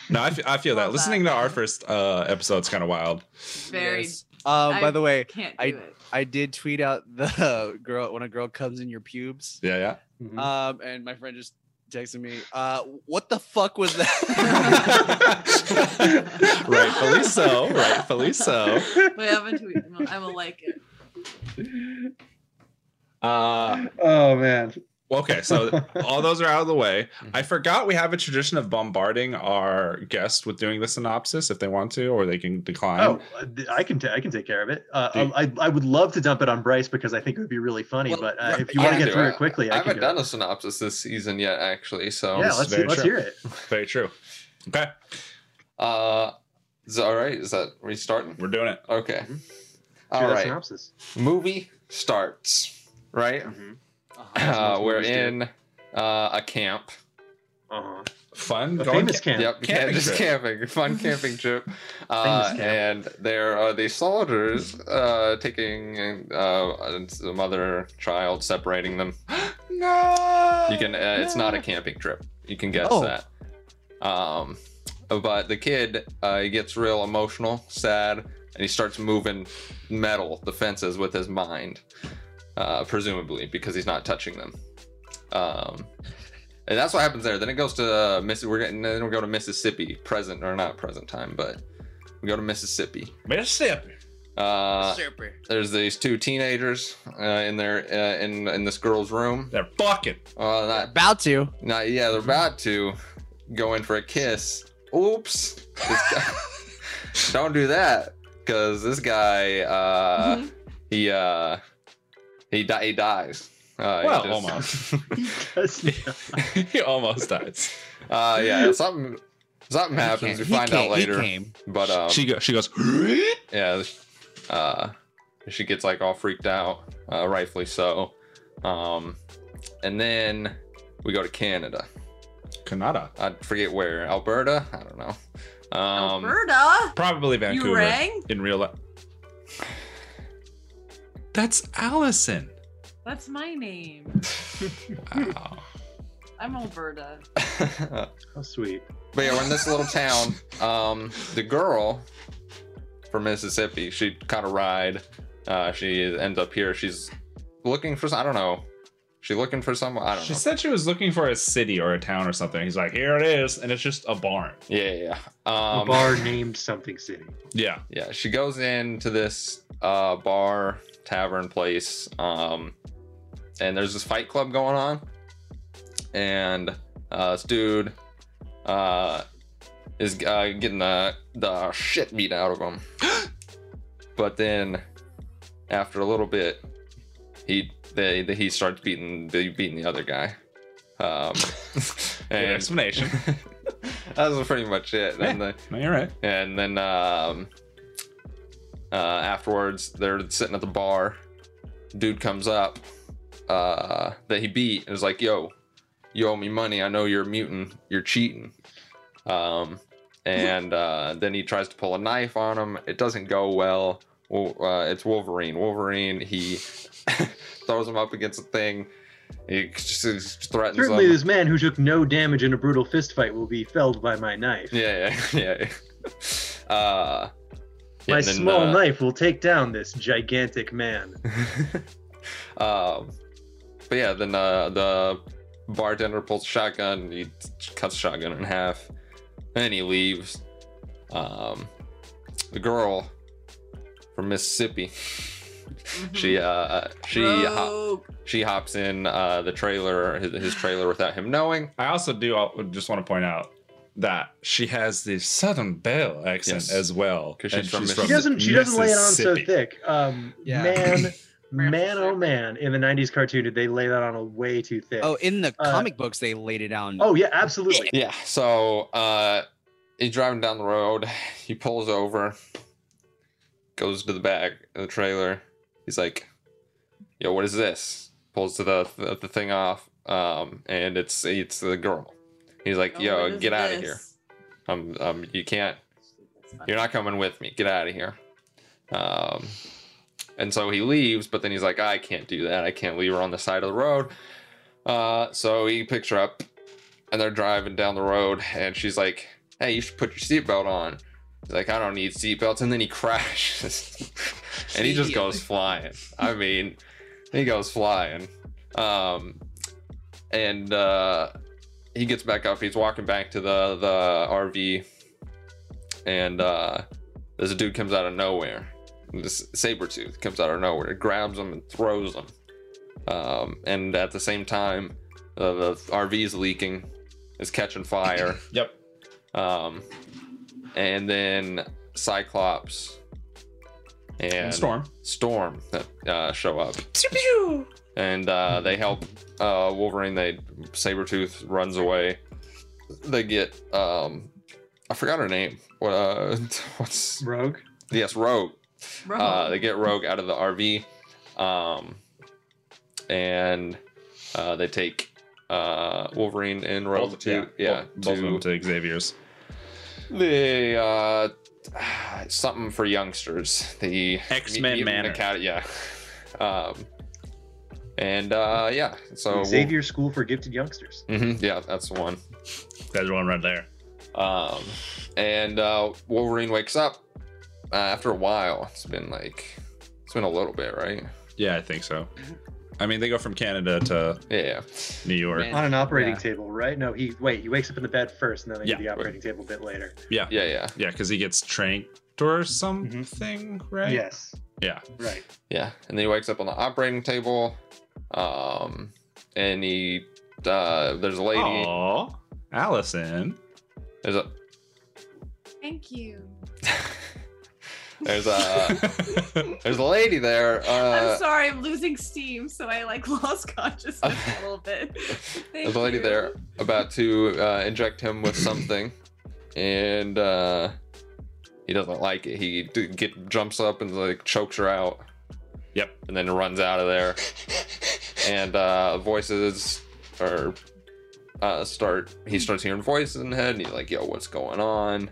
no, I fe- I feel that
Love
listening
that.
to our first uh, episode's kind of wild.
Very
Um,
I-
by the way,
can't do
I- <laughs>
it.
I did tweet out the <laughs> girl when a girl comes in your pubes.
Yeah,
<laughs>
yeah. <laughs>
Mm-hmm.
<laughs>
Um, and my friend just texted me, uh, what the fuck was that?
rightfully
<laughs>
so. Rightfully so.
We haven't tweeted. I will like it.
<laughs> Uh,
oh man
okay, so
<laughs>
all those are out of the way. I
Mm-hmm.
forgot we have a tradition of bombarding our guest with doing the synopsis if they want to, or they can decline.
oh uh, th- i can ta- I can take care of it uh,
Do you-
I, I would love to dump it on bryce because i think it would be really funny
Well,
but uh, if you
I
want
can
to get
do
through
it.
it quickly i,
I
can do
haven't done
it.
a synopsis this season yet, actually. So
yeah
this
let's,
very
see, let's
true.
hear it
Very true. Okay,
uh, is that all right? Is that restarting?
we're doing it.
Okay.
Mhm.
All
Hear that
right.
synopsis
Movie starts right.
Mm-hmm.
Uh-huh.
Uh, we're in uh, a camp.
uh-huh.
Fun.
a
going
famous
ca-
camp
Yep,
Camping
camp, just
trip.
camping, <laughs> fun camping trip. Uh,
camp.
and there are these soldiers uh, taking uh, a mother child, separating them.
no.
You can. Uh, it's not a camping trip. You can guess
Oh.
that. Um, but the kid, uh, he gets real emotional, sad, and he starts moving metal, the fences, with his mind, uh, presumably because he's not touching them. Um, and that's what happens there. Then it goes to uh, Miss. We're getting. Then we go to Mississippi, present or not present time, but we go to Mississippi.
Mississippi.
Uh, there's these two teenagers uh, in their uh, in in this girl's room.
They're fucking. <laughs>
Uh, not
About to.
now, yeah, they're about to go in for a kiss. Oops. This guy- <laughs> don't do that, because this guy,
Mm-hmm.
uh, he uh, he di- he dies. Uh, he
Well,
<laughs> That's-
he almost dies.
<laughs> uh, yeah, something something happens. We find out
He
later,
came.
but um,
she go, she goes. <gasps>
yeah, uh, she gets like all freaked out, uh, rightfully so. Um, and then we go to Canada.
Canada.
I forget where. Alberta? I don't know. Um,
Alberta,
Probably
you
Vancouver.
rang.
in real life. That's
<laughs>
Allison.
That's my name.
Wow.
I'm Alberta.
but
how Oh, sweet
yeah, we're in this little town. Um, the girl from Mississippi, she caught a ride. Uh, she ends up here. She's looking for some. I don't know. She looking for someone. I don't
She
know.
said she was looking for a city or a town or something. He's like, here it is, and it's just a barn.
Yeah, yeah.
a
yeah. Um,
bar named something city
Yeah.
Yeah, she goes into this uh, bar tavern place, um, and there's this fight club going on, and Uh, this dude uh, is uh, getting the, the shit beat out of him. but then, after a little bit, he they, they he starts beating the beating the other guy. Um,
Good
and <laughs>
explanation.
that was pretty much it. And the,
No, you're right.
and then um, uh, afterwards, they're sitting at the bar. Dude comes up uh, that he beat and is like, "Yo, you owe me money. I know you're a mutant. You're cheating." Um, and uh, then he tries to pull a knife on him. It doesn't go well. Well, uh, it's Wolverine. Wolverine. He <laughs> throws him up against a thing. He just threatens
Certainly,
him.
this man who took no damage in a brutal fist fight will be felled by my knife.
Yeah, yeah, <laughs> yeah. Uh, yeah,
my
and then,
small
uh,
knife will take down this gigantic <laughs> man.
<laughs> um, but yeah, then uh, the bartender pulls a shotgun. He cuts the shotgun in half, and he leaves. Um, the girl from Mississippi. <laughs> She uh she hop,
Rogue.
she hops in uh the trailer his, his trailer without him knowing.
I also do al- just want to point out that she has the Southern Belle accent
Yes.
as well.
'Cause
and
she's from
She doesn't. She doesn't lay it on so
Mississippi.
thick. Um,
Yeah. <laughs>
man, man, oh
Mississippi.
man! In the '90s cartoon, did they lay that on a way too thick?
Oh, in the
Uh,
comic books, they laid it on.
Oh, yeah, absolutely.
Yeah. So uh, he's driving down the road. <sighs> He pulls over, goes to the back of the trailer. He's like, "Yo, what is this?" Pulls to the the, the thing off, um, and it's it's the girl. He's like,
Oh, what
"Yo,
is
get out of here!
this?
Um, um, you can't. You're not coming with me. Get out of here." Um, and so he leaves, but then he's like, "I can't do that. I can't leave her on the side of the road." Uh, so he picks her up, and they're driving down the road, and she's like, "Hey, you should put your seatbelt on." He's like, "I don't need seatbelts," and then he <laughs> crashes, and he just goes flying. I mean, he goes flying, um, and uh, he gets back up. He's walking back to the the RV, and uh, there's a dude comes out of nowhere. This saber tooth comes out of nowhere, grabs him and throws him. Um, and at the same time, uh, the RV's leaking, is catching fire.
Yep.
Um, and then Cyclops and
Storm.
Storm that uh, show up. And uh, they help uh, Wolverine. They Sabretooth runs away. They get um, I forgot her name. What uh, <laughs> what's
Rogue.
yes Rogue.
Rogue.
Uh, they get Rogue out of the RV, um, and uh, they take uh, Wolverine and Rogue
Both-
to yeah,
both, both of them
to
to Xavier's.
the uh, <sighs> something for youngsters. The
X-Men
Mutant
Manor.
Acad- yeah. Um, and uh, yeah, so Wol-
Xavier School for Gifted Youngsters.
Mhm, yeah, that's the one.
That's the one right there.
Um, and uh, Wolverine wakes up uh, after a while. It's been like it's been a little bit, right?
Yeah, I think so. I mean, they go from Canada to
Yeah.
New York.
Man.
On an operating
Yeah.
table, right? No, he wait. He wakes up in the bed first, and then they
Yeah.
do the operating table a bit later.
Yeah,
Yeah, yeah.
yeah, because he gets tranked or
Mm-hmm.
something, right?
Yes.
Yeah.
Right.
Yeah, and then he wakes up on the operating table, um, and he uh, there's a lady.
Aw, Allison.
There's a
Thank you.
there's uh, a there's a lady
<laughs>
there.
I'm
Uh,
sorry, I'm losing steam, so I like <laughs> lost consciousness
<laughs>
a little bit. Thank
there's a lady
you.
there about to uh, inject him with something, and uh, he doesn't like it. He d- get jumps up and like chokes her out.
Yep.
and then runs out of there. and uh, voices are uh, start. He starts hearing voices in the head, and he's like, "Yo, what's going on?"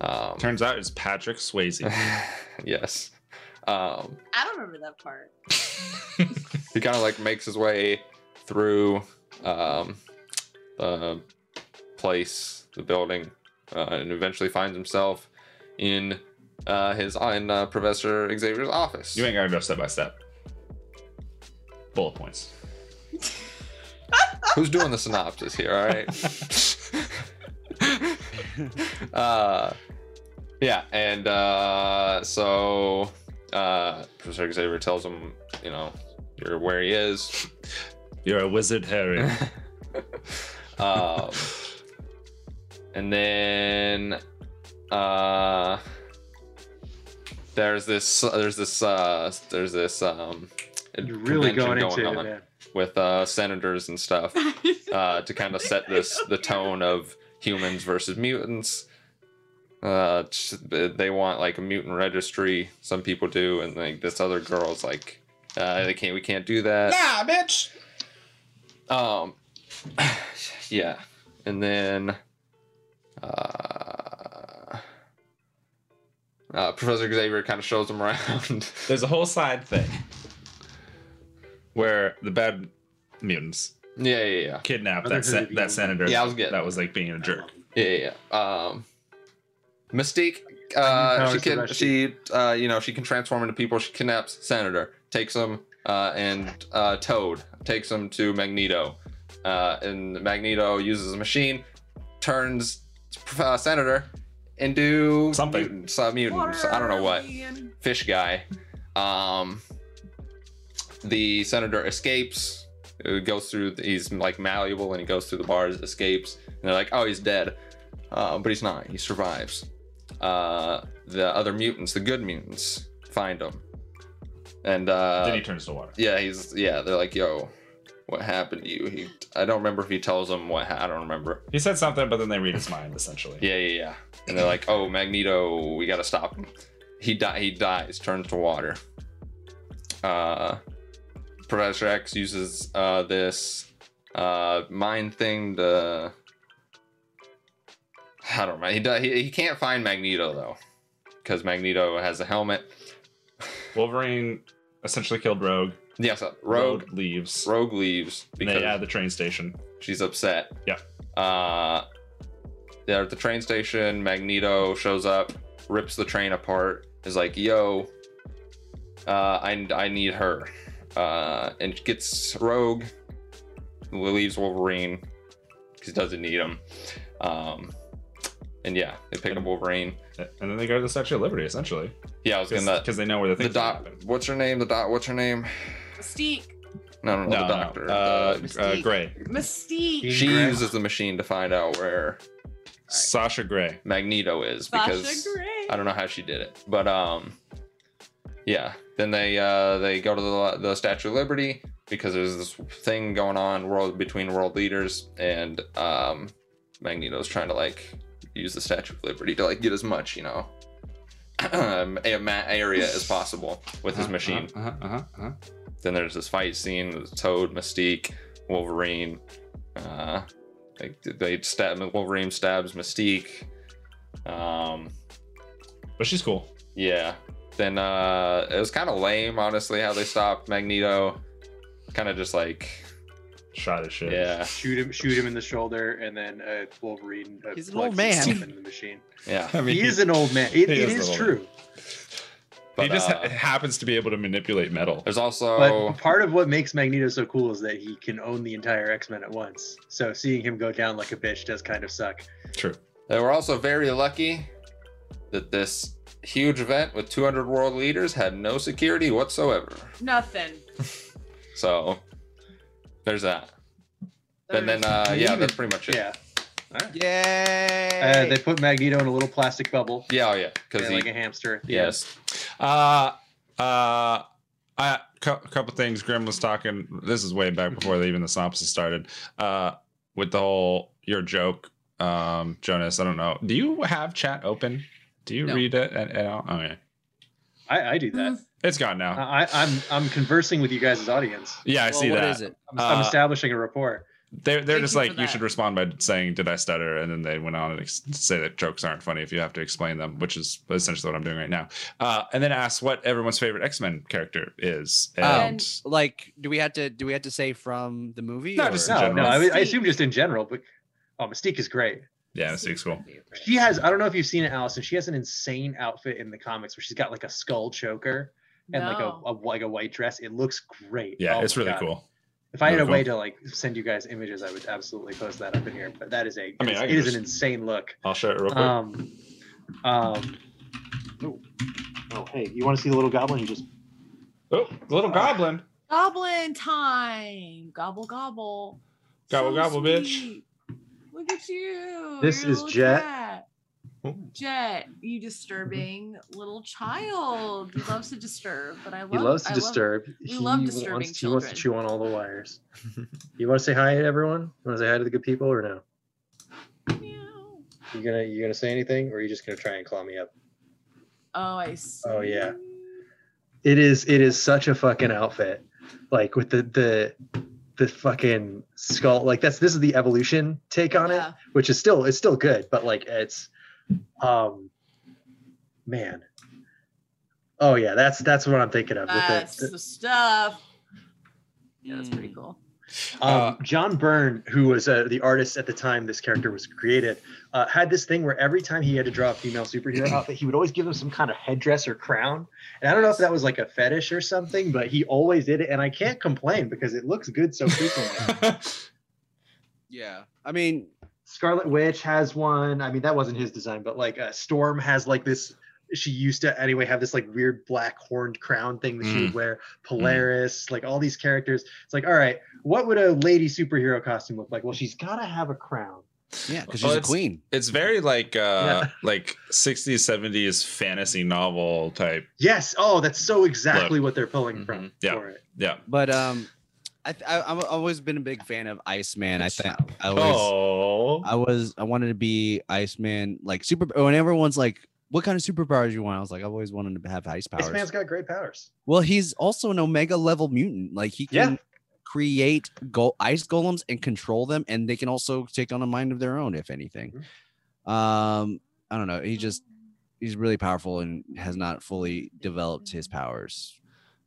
Um,
<laughs> Turns out it's Patrick Swayze.
<laughs> yes. Um,
I don't remember that part.
<laughs> he kind of like makes his way through um, the place, the building, uh, and eventually finds himself in uh, his in uh, Professor Xavier's office.
You ain't gotta go step by step. Bullet points.
<laughs> Who's doing the synopsis here? All
<laughs>
right. uh, yeah, and uh, so uh, Professor Xavier tells him, you know, you're where he is. <laughs>
You're a wizard, Harry.
um, Um, and then uh, there's this there's this uh, there's this um,
You're really
convention
going, into it, man.
with uh, senators and stuff uh, to kind of set this the tone of humans versus mutants. Uh, t- they want like a mutant registry. Some people do, and like this other girl's like, uh, they can't. We can't do that.
Nah, bitch.
Um, <sighs> yeah, and then uh, uh, Professor Xavier kind of shows them around. <laughs>
There's a whole side thing where the bad mutants
yeah, yeah, yeah.
kidnapped
Other
that sen-
than the-
that senator.
Yeah, I was getting-
that was like being a jerk.
Yeah, yeah, yeah. Um, Mystique, uh,
Powers
she
to
can, she,
rescue.
uh, you know, she can transform into people. She kidnaps Senator, takes him, uh, and uh, Toad takes him to Magneto, uh, and Magneto uses a machine, turns uh, Senator into
Something.
mutants, uh, mutants. I don't know what
Watermelon.
fish guy. Um, the senator escapes, uh, goes through. He's like malleable, and he goes through the bars, escapes, and they're like, "Oh, he's dead," uh, but he's not. He survives. Uh, the other mutants, the good mutants, find him, and uh,
then he turns to water.
yeah, he's yeah. They're like, "Yo, what happened to you?" He, I don't remember if he tells them what. ha- I don't remember.
He said something, but then they read his mind essentially.
Yeah, yeah, yeah. And they're like, "Oh, Magneto, we gotta stop him." He di- he dies, turns to water. Uh, Professor X uses uh, this uh, mind thing to. I don't know. He, di- he he can't find Magneto though, because Magneto has a helmet.
Wolverine essentially killed Rogue.
Yes, uh, Rogue
leaves.
Rogue leaves
and they at the train station.
She's upset.
Yeah.
Uh, they're at the train station. Magneto shows up, rips the train apart. Is like, "Yo, uh, I I need her," uh, and gets Rogue. Leaves Wolverine because he doesn't need him. Um, and yeah, they pick up Wolverine.
And then they go to the Statue of Liberty essentially
Yeah, I was gonna.
because they know where the
The
things
doc.
happen.
What's her name? The doc. What's her name?
Mystique.
No, no,
No,
no. the doctor.
no. Uh, uh,
The-
Mystique.
Gray.
Mystique.
Jean
she
Grey.
uses the machine to find out where
Sasha Gray.
Magneto is
Sasha
because
Grey.
I don't know how she did it, but um, yeah. Then they uh, they go to the, the Statue of Liberty because there's this thing going on world between world leaders, and um, Magneto's trying to like use the Statue of Liberty to like get as much you know <clears throat> a- ma- area as possible with his machine.
Uh-huh, uh-huh, uh-huh.
Then there's this fight scene with Toad, Mystique, Wolverine. Uh, they they stab Wolverine stabs Mystique. Um,
But she's cool.
yeah. Then uh it was kind of lame, honestly, how they stopped Magneto. Kind of just like,
Shot as shit.
yeah,
Shoot him! Shoot him in the shoulder, and then uh, Wolverine. Uh,
He's an old
flexes
man.
something in the machine.
yeah.
<laughs> I mean,
he
he-
is an old man. It,
he
it
is an
is
old
true.
But,
he just
uh,
ha- happens to be able to manipulate metal.
There's
But
also
part of what makes Magneto so cool is that he can own the entire X Men at once. So seeing him go down like a bitch does kind of suck.
True.
they were also very lucky that this huge event with 200 world leaders had no security whatsoever.
Nothing.
So there's that. And then
There's-
uh yeah,
Even-
that's pretty much it.
Yeah. Uh,
Yay!
Uh,
they put Magneto in a little plastic bubble,
Yeah, oh yeah,
yeah,
because
like
he
a hamster. at the end. <laughs>
yes,
Uh, uh, I, cou- couple things. Grim was talking. This is way back before the, even the synopsis started. Uh, with the whole your joke, um, Jonas. I don't know. Do you have chat open? Do you
No.
read it at, at all? Okay,
I, I do that.
Mm.
it's gone now.
I, I- I'm I'm conversing with you guys as audience.
yeah, I
Uh, Well,
see
what
that.
is it?
I'm, I'm
Uh,
establishing a rapport.
They're they're
Thank
just
you
like
for
you
that.
should respond by saying, "Did I stutter?" And then they went on and ex- say that jokes aren't funny if you have to explain them, which is essentially what I'm doing right now. Uh, and then ask what everyone's favorite X Men character is.
Oh.
And
Like, do we have to do we have to say from the movie?
No,
or-
just-
No, no,
general.
I, I
Mystique.
assume just in general, but oh, Mystique is great.
yeah, that's cool.
She has I don't know if you've seen it, Allison. She has an insane outfit in the comics where she's got like a skull choker and like
No.
a, a like a white dress. It looks great.
Yeah,
Oh
it's
my
really
God.
cool.
If I had
Really
a way to like send you guys images, I would absolutely post that up in here. But that is a
I mean, I
it
can
is an
just-
insane look.
I'll show it real quick.
Um, um, oh, oh, hey, you want to see the little goblin? You just
oh, little
uh,
goblin.
Goblin time. Gobble gobble.
Gobble, gobble, bitch.
sweet. Look at you.
This
You're a
is
little
Jet.
cat.
Ooh.
Jet, you disturbing little child. He loves to disturb, but I love.
He loves
I
to
love-
disturb.
we
he
love
wants,
disturbing
He wants
children.
to chew on all the <laughs> wires. you want to say hi to everyone? You want to say hi to the good people or no?
Meow.
You gonna you gonna say anything or are you just gonna try and claw me up?
Oh, I see.
Oh, yeah. It is it is such a fucking outfit. Like with the the the fucking skull like that's this is the evolution take on it,
Yeah.
which is still it's still good, but like it's um man. Oh yeah, that's that's what I'm thinking of. with Um,
That's
the,
the stuff. Yeah, that's
Mm, Hmm.
pretty cool.
Um, John Byrne, who was uh, the artist at the time this character was created, uh, had this thing where every time he had to draw a female superhero outfit, he would always give them some kind of headdress or crown. And I don't know if that was like a fetish or something, but he always did it. And I can't complain because it looks good so frequently.
Yeah. I mean,
Scarlet Witch has one. I mean, that wasn't his design, but like uh, Storm has like this. She used to anyway have this like weird black horned crown thing that she
Mm.
would wear. Polaris, like all these characters. It's like, all right, what would a lady superhero costume look like? Well, she's got to have a crown.
yeah, because she's
Well,
a
it's-
queen.
it's very like uh
Yeah.
<laughs> like 60s 70s fantasy novel type
Yes. Oh, that's so exactly what they're pulling from.
Mhm. Yeah.
For it.
yeah
But um, I, th- I I've always been a big fan of Iceman. I think I always
oh
I was I wanted to be Iceman. Like super when everyone's like, "What kind of superpowers you want?" I was like, "I've always wanted to have ice powers."
This man's got great powers.
well, he's also an Omega level mutant. Like he
Yeah.
can create go- ice golems and control them, and they can also take on a mind of their own, if anything.
Mm-hmm.
Um, I don't know. He just he's really powerful and has not fully developed his powers.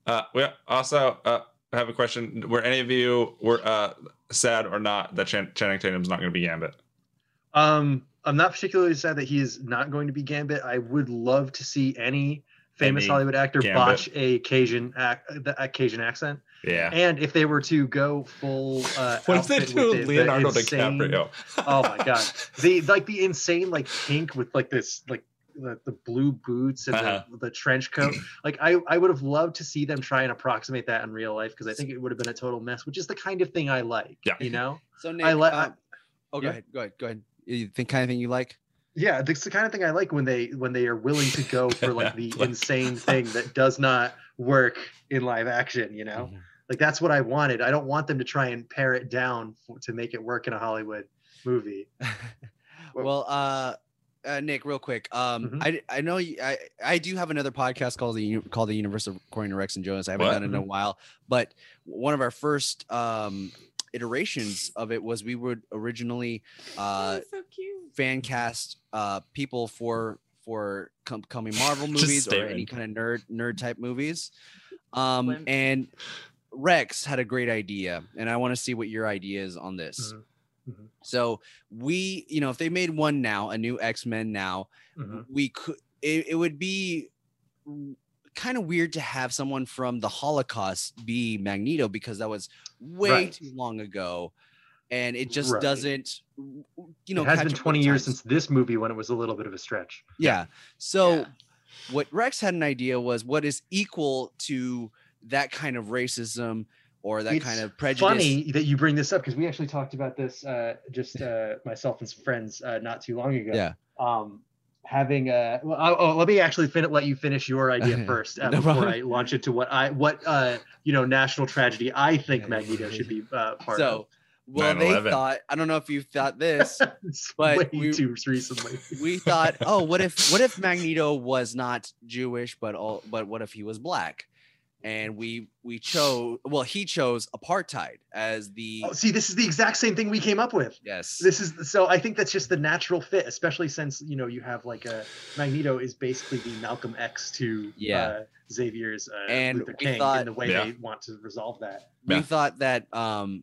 uh we also uh have a question were any of you were uh sad or not that Chan- channing tatum's not going to be gambit
Um, I'm not particularly sad that he is not going to be Gambit. I would love to see any famous
Any
Hollywood actor
Gambit.
botch a Cajun ac- the a Cajun accent.
yeah
And if they were to go full, uh,
what if they
outfit
do
with the- the
leonardo
insane-
dicaprio
Oh my god, the like the insane like pink with like this like the, the blue boots and
Uh-huh.
the, the trench coat. Like I I would have loved to see them try and approximate that in real life because I think it would have been a total mess, which is the kind of thing I like.
Yeah.
You know.
So Nick,
I like.
um, oh, go
yeah.
ahead, go ahead, go ahead. You think kind of thing you like?
yeah, that's the kind of thing I like when they when they are willing
<laughs>
to go for like the
Like-
insane thing that does not work in live action. You
Mm-hmm.
know. Like that's what I wanted. I don't want them to try and pare it down f- to make it work in a Hollywood movie.
<laughs> well, uh, uh, Nick, real quick. Um,
Mhm.
I I know you, I I do have another podcast called the U- called the Universe According to Rex and Jonas. I haven't
What?
done it in a while, but one of our first um iterations of it was we would originally uh
That's so cute.
fan cast uh people for for com- coming
<laughs>
Marvel
Just
movies or
staring.
any kind of nerd nerd type movies. Um,
Blimp.
and Rex had a great idea, and I want to see what your idea is on this.
Mhm. Mhm.
So we, you know, if they made one now, a new X Men now,
Mhm.
we could. It, it would be kind of weird to have someone from the Holocaust be Magneto because that was way
Right.
too long ago, and it just
Right.
doesn't. You know,
it has
catch
been
up with
20
the
years
times.
since this movie when it was a little bit of a stretch.
Yeah. So
Yeah.
what Rex had an idea was what is equal to that kind of racism or that
It's
kind of prejudice.
Funny that you bring this up because we actually talked about this uh, just uh, myself and some friends uh, not too long ago.
Yeah.
Um, having a well, oh, oh, let me actually fin- let you finish your idea first uh,
<laughs> No
before
problem.
I launch into what I what uh, you know national tragedy I think Magneto should be uh, part
So well they
9/11.
thought I don't know if you thought this.
of. It's
but
way
we-
too recently.
we
<laughs>
thought, oh, what if what if Magneto was not Jewish, but all but what if he was black? And we we chose well, he chose apartheid as the
Oh, see, this is the exact same thing we came up with.
yes.
this is so i think that's just the natural fit especially since you know you have like a magneto is basically the malcolm x to
Yeah.
uh, xavier's uh,
And
luther
we
king
thought-
in the way
Yeah.
they want to resolve that
we
Yeah.
thought that um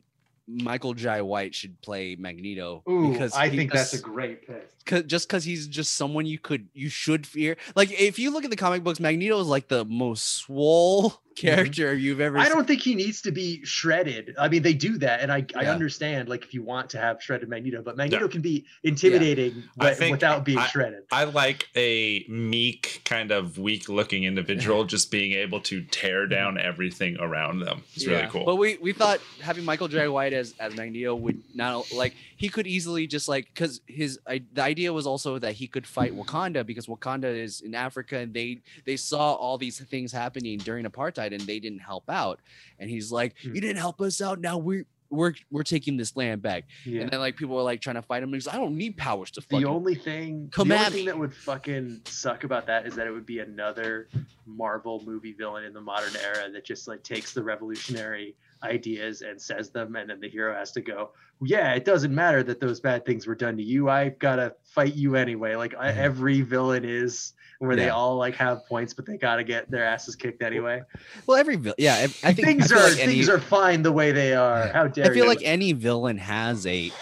Michael Jai White should play Magneto
Ooh, i
he
think that's
was-
a great pick
cause, just because he's just someone you could you should fear. Like if you look at the comic books, Magneto is like the most swole <laughs> character you've ever
Mm-hmm. I don't think he needs to be shredded. I mean, they do that, and I, I
Yeah.
understand like if you want to have shredded Magneto, but Magneto can be intimidating
I
but
think
without being
I-
shredded.
<laughs> I like a meek, kind of weak looking individual just being able to
Mm-hmm.
tear down everything around them. It's really
Yeah.
cool.
But we we thought having Michael J. White as as Magneto would not like he could easily just like because his I, the idea was also that he could fight Wakanda because Wakanda is in Africa and they they saw all these things happening during apartheid and they didn't help out and he's like
Hmm.
you didn't help us out now we're we're we're taking this land back
yeah.
and then like people were like trying to fight him and he's like, I don't need powers to
The
fucking
only thing,
Come
the
at
only
me.
thing that would fucking suck about that is that it would be another Marvel movie villain in the modern era that just like takes the revolutionary ideas and says them, and then the hero has to go, "Yeah, it doesn't matter that those bad things were done to you. I gotta fight you anyway." Like I, every villain is, where they
Mm-hmm. Yeah.
all like have points, but they gotta get their asses kicked anyway.
well every vil- yeah I, I think
things
I
are
feel like any-
things are fine the way they are. How dare
I feel
you?
like any villain has a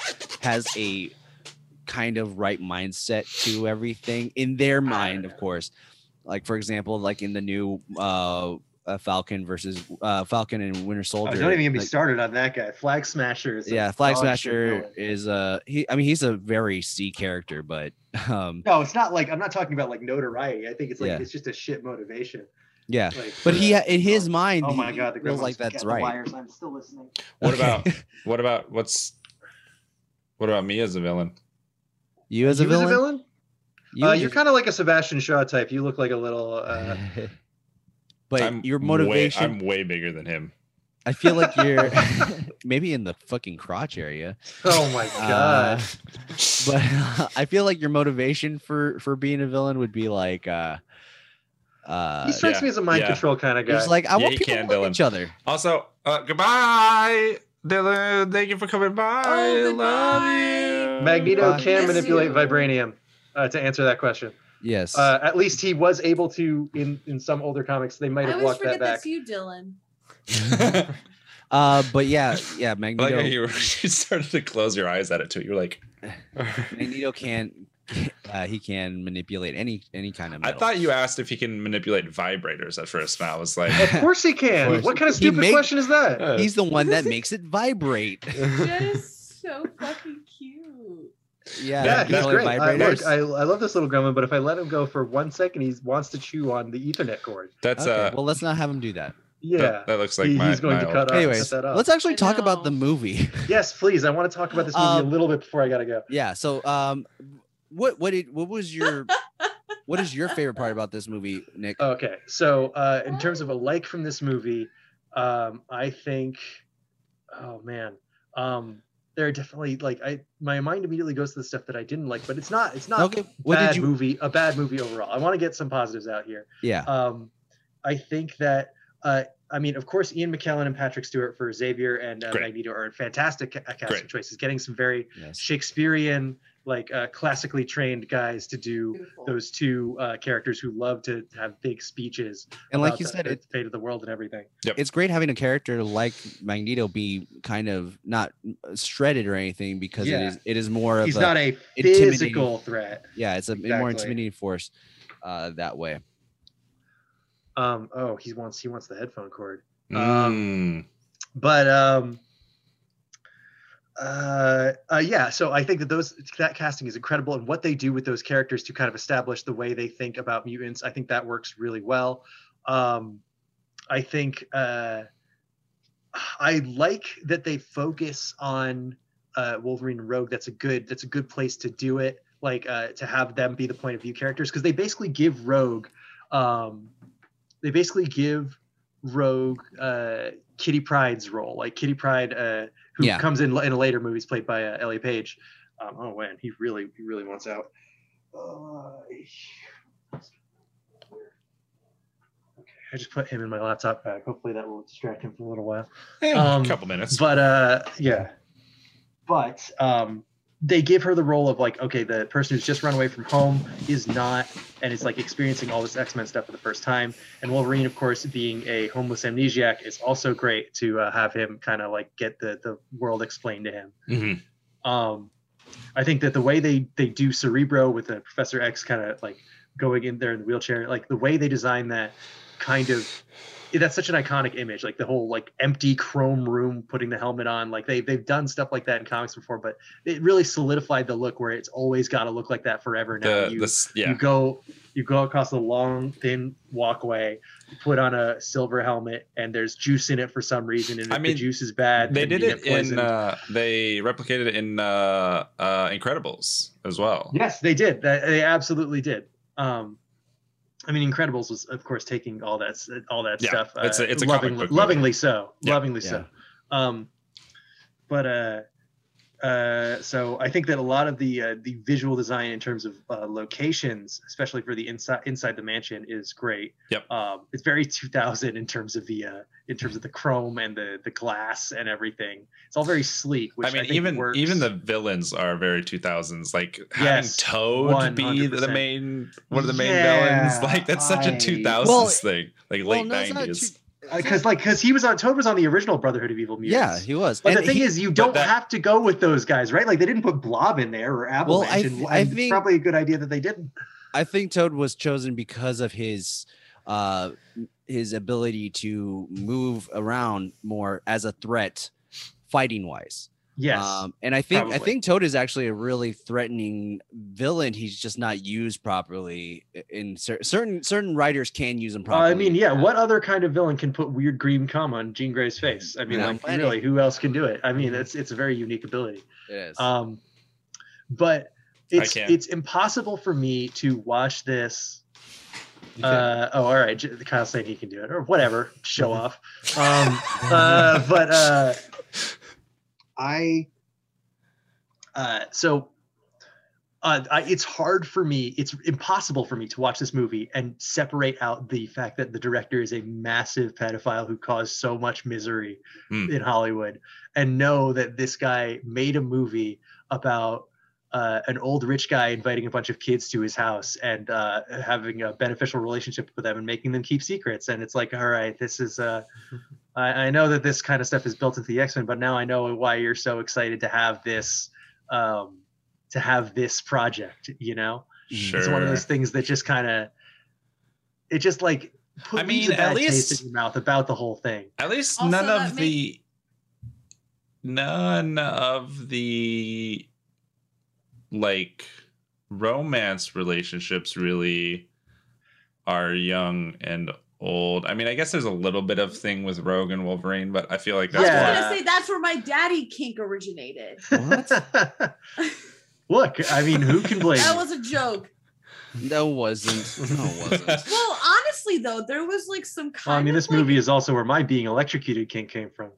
has a kind of right mindset to everything in their mind, of course. Like for example, like in the new uh, uh Falcon versus uh Falcon and Winter
Oh,
Soldier.
don't even get me
like-
started on that guy. Flag Smasher is a
yeah, Flag
dog shit
Smasher
villain.
is uh he I mean he's a very C character, but <laughs> um
No, it's not like I'm not talking about like notoriety. I think it's like
Yeah.
it's just a shit motivation.
yeah.
Like,
But he
uh,
in his mind
oh my
he
god, the
feels
grandma's
like
got
that's
the
right.
Wires. I'm still listening.
What
Okay. <laughs>
about what about what's what about me as a villain?
you as a
You was
villain? You
Uh,
as a-
you're kind of like a Sebastian Shaw type. You look like a little.
<laughs>
Uh,
but
I'm
your
way-
motivation
I'm way bigger than him.
I feel like
<laughs>
you're <laughs> maybe in the fucking crotch area.
oh my god.
Uh, but uh, I feel like your motivation for for being a villain would be like uh uh
he strikes
yeah,
me as a mind
yeah.
control kind of guy.
it's like I
Yeah,
want
you
people
can,
to love
Dylan.
each other.
Also, uh, goodbye, Dylan. Thank you for coming by.
Oh,
Love
Um,
you. <laughs>
Magneto
Bye.
can
Miss
manipulate
you.
vibranium. Uh, to answer that question,
Yes.
uh, at least he was able to in in some older comics. They might
I
have
always
walked that
forget
back.
that's
<laughs>
you, Dylan.
Uh, but yeah, yeah,
I like
Magneto
how you, <laughs> you started to close your eyes at it too. You're like,
Magneto can uh, he can manipulate any any kind of
I
metal. <laughs>
thought you asked if he can manipulate vibrators at first, and I was
<laughs>
like,
Of course he can.
course.
What kind of
He
stupid
made-
question is that?
uh,
He's the one
<laughs>
that makes it vibrate.
That is so fucking cute.
Yeah,
Yeah, he's
controlling
great. I, look,
vibrators.
I, I love this little gremlin, but if I let him go for one second, he wants to chew on the Ethernet cord.
that's
okay,
uh,
well, let's not have him do that.
Yeah,
that, that looks like
He-
my,
he's going
my
to
old-
cut off.
Anyways,
set up.
let's actually
I
talk about the
know.
movie. <laughs>
yes, please. I want to talk about this movie
Um,
a little bit before I gotta go.
yeah so um what what did what was your what is your favorite part about this movie nick
Okay, so uh, in terms of a like from this movie, um, I think, oh man, um, there are definitely like I my mind immediately goes to the stuff that I didn't like, but it's not it's not
okay what
bad
did you
movie a bad movie overall. I want to get some positives out here.
yeah
um, I think that uh, I mean, of course, Ian McKellen and Patrick Stewart for Xavier and uh,
Great.
Magneto are fantastic ca- uh, casting
Great.
choices. Getting some very
yes.
Shakespearean, like uh, classically trained guys to do
Beautiful.
those two uh, characters who love to have big speeches
and like
about
you
the-
said
the
it,
fate of the world and everything.
it's great having a character like magneto be kind of not shredded or anything because it
Yeah.
is it is more of
He's
a
not a
intimidating-
physical threat.
yeah it's a more
Exactly.
intimidating force uh that way
Um, oh, he wants he wants the headphone cord.
Mm.
but um uh, uh yeah so i think that those that casting is incredible and what they do with those characters to kind of establish the way they think about mutants i think that works really well um i think uh i like that they focus on uh wolverine and rogue that's a good that's a good place to do it like uh to have them be the point of view characters because they basically give rogue um they basically give rogue uh kitty pride's role like kitty pride uh who
Yeah.
comes in in later movies played by uh, ellie page um oh man he really he really wants out uh, i just put him in my laptop bag hopefully that will distract him for a little while
Eh,
Um,
couple minutes.
but uh yeah but um they give her the role of like okay the person who's just run away from home is not and is like experiencing all this x-men stuff for the first time and wolverine of course being a homeless amnesiac is also great to uh, have him kind of like get the the world explained to him
Mhm.
um i think that the way they they do cerebro with the professor x kind of like going in there in the wheelchair like the way they design that kind of that's such an iconic image like the whole like empty chrome room putting the helmet on like they, they've done stuff like that in comics before but it really solidified the look where it's always got to look like that forever now
The,
you,
the s- yeah.
you go you go across the long thin walkway you put on a silver helmet and there's juice in it for some reason and if
I mean,
the juice is bad
they
then you
did it
get
in.
poisoned.
Uh, they replicated it in uh, uh, Incredibles as well.
Yes, they did. That- They absolutely did. Um, I mean, Incredibles was, of course, taking all that s- all that
Yeah,
stuff.
it's a- it's a comic
lovingly,
book movie.
lovingly so,
Yeah,
lovingly so. Um, but uh, uh, so I think that a lot of the uh, the visual design in terms of uh, locations, especially for the inside inside the mansion, is great.
Yep.
Um, it's very 2000 in terms of the uh, in terms of the chrome and the the glass and everything. It's all very sleek. Which
I mean,
think
even
works.
even the villains are very 2000s. Like having
Yes,
Toad be the
100%.
main one of the main
Yeah,
villains. <laughs> Like that's such a
I-
2000s
Well,
thing. Like
well,
late
no, it's not
90s.
because Uh, like because he was on Toad was on the original Brotherhood of Evil
yeah,
Mutants.
he was.
but
And
the thing
he-
is, you
but
don't
that-
have to go with those guys, right? Like they didn't put Blob in there or Avalanche.
I
and,
th- I
and
think-
probably a good idea that they didn't.
I think Toad was chosen because of his uh his ability to move around more as a threat fighting wise.
Yes,
Um, and I think I
probably.
think Toad is actually a really threatening villain. He's just not used properly in cer- certain certain writers can use him
Uh,
properly.
I mean, yeah. What other kind of villain can put weird green cum on Jean Grey's face? I mean,
Yeah,
like
plenty.
really, who else can do it? I mean, it's it's a very unique ability.
It is.
Um, but it's
can't.
it's impossible for me to watch this.
You can-
Uh, oh, all right. J- Kyle's saying he can do it or whatever.
<laughs>
Show off. Um, uh, but uh, I uh, so uh, I, it's hard for me. It's impossible for me to watch this movie and separate out the fact that the director is a massive pedophile who caused so much misery
Hmm.
in Hollywood, and know that this guy made a movie about. Uh, an old rich guy inviting a bunch of kids to his house and uh, having a beneficial relationship with them and making them keep secrets. And it's like, all right, this
<laughs>
is uh, I, I know that this kind of stuff is built into the X Men, but now I know why you're so excited to have this, um, to have this project. You know,
Sure.
it's one of those things that just kind of, it just like put,
I
leaves
mean,
a
at
bad taste
least-
in your mouth about the whole thing.
At least
Also,
none
that
of
may-
the none of the like romance relationships really are young and old. I mean, I guess there's a little bit of thing with Rogue and Wolverine, but I feel like that's
I
Yeah.
was <laughs>
more
gonna say that's where my daddy kink originated.
<laughs> Look, I mean, who can blame?
That
you?
was a joke.
no, it wasn't. No, it
<laughs>
<laughs>
wasn't.
Well, honestly though, there was like some kind.
well, I mean,
of,
this
like-
movie is also where my being electrocuted kink came from.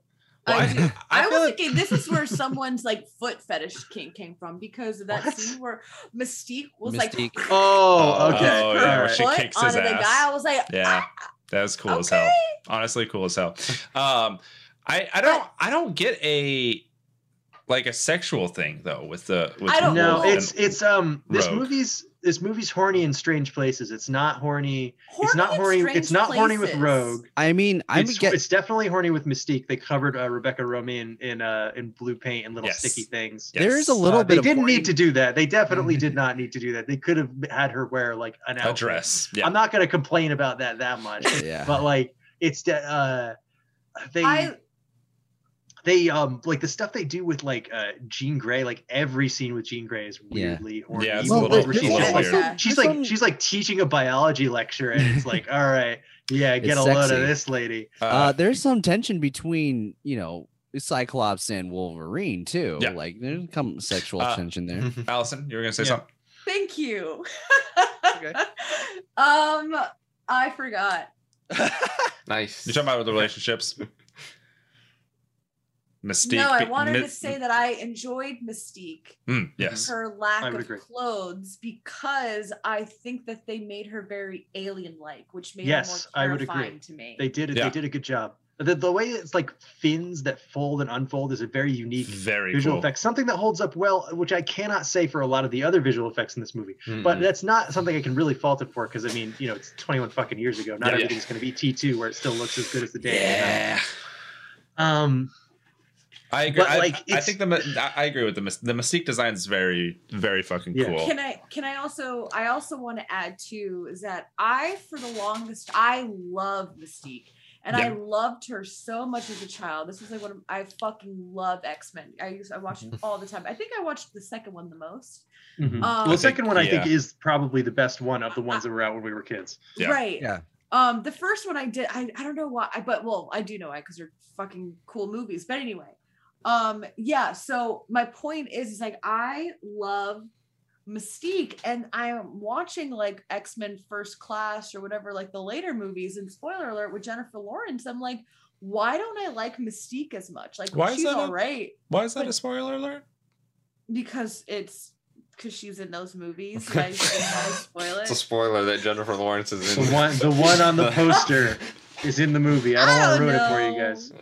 Well,
I,
<laughs>
I, I
I,
feel
was
like
thinking this is where someone's like foot fetish kink came from because of that
What?
scene where Mystique was like
Mystique.
Oh,
okay.
okay.
Oh,
her
yeah, where
All
she
right.
foot
kicks his
onto the
ass.
guy. I was like, "Ah,
Yeah, that was cool as
Okay.
hell. Honestly, cool as hell. Um, I I don't I don't get a like a sexual thing though with the with
I
Wolf
don't
No,
know.
and-
it's it's um this
Rogue.
movie's this movie's horny in strange places. It's not horny.
horny
it's not
in
horny.
strange
It's not horny with
places.
Rogue.
I mean, I
it's,
get
it's definitely horny with Mystique. They covered uh, Rebecca Romaine in uh, in blue paint and little
Yes.
sticky things.
Yeah.
there is a
yes.
little
Uh,
bit.
they
of
didn't
horny-
need to do that. They definitely did not need to do that. They could have had her wear like an
Mm-hmm. a
outfit.
dress. Yeah,
I'm not gonna complain about that that
<laughs>
much, <laughs>
Yeah.
but like it's de- uh, they
I
they um like the stuff they do with like uh Jean Grey, like every scene with Jean Grey is
Yeah.
weirdly horny.
Yeah, it's
even
a little-
over
it's a
she's
little
just-
weird.
Yeah.
She's
This
like
one-
she's like teaching a biology lecture, and
<laughs>
it's like, all right, yeah, get
It's
a load
sexy.
of this lady.
uh,
uh, there's some tension between you know Cyclops and Wolverine too.
Yeah.
Like there's some sexual
Uh,
tension there.
Allison, you were gonna say
Yeah.
something.
thank you. <laughs> um, I forgot.
Nice.
You're talking about the relationships. Mystique.
No, I
be-
wanted
mi-
to say that I enjoyed Mystique,
Mm, yes.
her lack
I
of
would agree.
clothes, because I think that they made her very alien-like, which made
Yes,
her
I
more
would agree.
terrifying to me.
<laughs> They did it.
Yeah.
They did a good job. The, the way it's like fins that fold and unfold is a very unique
Very
visual
cool.
effect. Something that holds up well, which I cannot say for a lot of the other visual effects in this movie.
Mm-mm.
But that's not something I can really fault it for because I mean, you know, it's 21 fucking years ago. Not
Yeah.
everything's going to be T2 where it still looks as good as the day. it came out.
yeah.
Um,
I agree.
But,
I,
like,
I
it's-
think the mi- I- I agree with the mis- the mystique design is very very fucking
Yeah.
cool.
Can I can I also I also want to add too is that I for the longest I love Mystique and I
Yeah.
loved her so much as a child. This was like one of I fucking love X Men. I used I
<laughs>
watched it all the time. I think I watched the second one the most.
Mhm.
Um,
well, the second one I think
yeah.
is probably the best one of the ones that were out when we were
<laughs>
kids.
Yeah.
Right.
Yeah.
Um, the first one I did, I, I don't know why, I, but well, I do know why because they're fucking cool movies. But anyway, um, yeah. So my point is, is like I love Mystique, and I'm watching like X Men First Class or whatever, like the later movies. And spoiler alert with Jennifer Lawrence, I'm like, why don't I like Mystique as much? Like
Why is
she's
that a-
all right
Why is that a spoiler alert?
because it's because she's in those movies. and I didn't want to spoil
It's a
it.
spoiler that Jennifer Lawrence is
The
in.
one, the one on
<laughs>
the poster is in the movie. I don't
I
want to
don't
ruin it for you
know.
guys.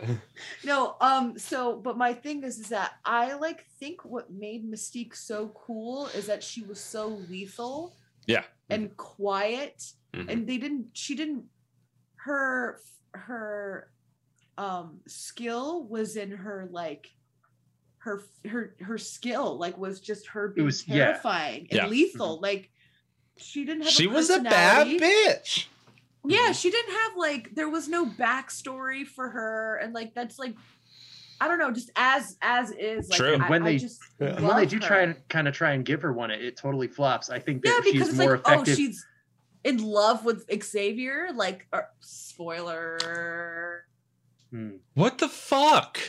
No, um, so but my thing is is that I like think what made Mystique so cool is that she was so lethal.
Yeah. Mm-hmm.
And quiet.
Mhm.
And they didn't she didn't her her um skill was in her like her her her skill like was just her being
was- yeah. Mm-hmm.
terrifying and
Yeah.
lethal. Like she didn't have
She was a bad
personality.
bitch.
Mm-hmm.
Yeah, she didn't have like there was no backstory for her, and like that's like I don't know, just as as is. Like,
True.
I,
When
I
they-
just
Yeah.
And when they
love
do
her.
try and kind of try and give her one, it, it totally flops. I think
yeah,
that
because
she's
it's
more
like oh
effective.
she's in love with Xavier. Like or, spoiler.
Hmm.
What the fuck?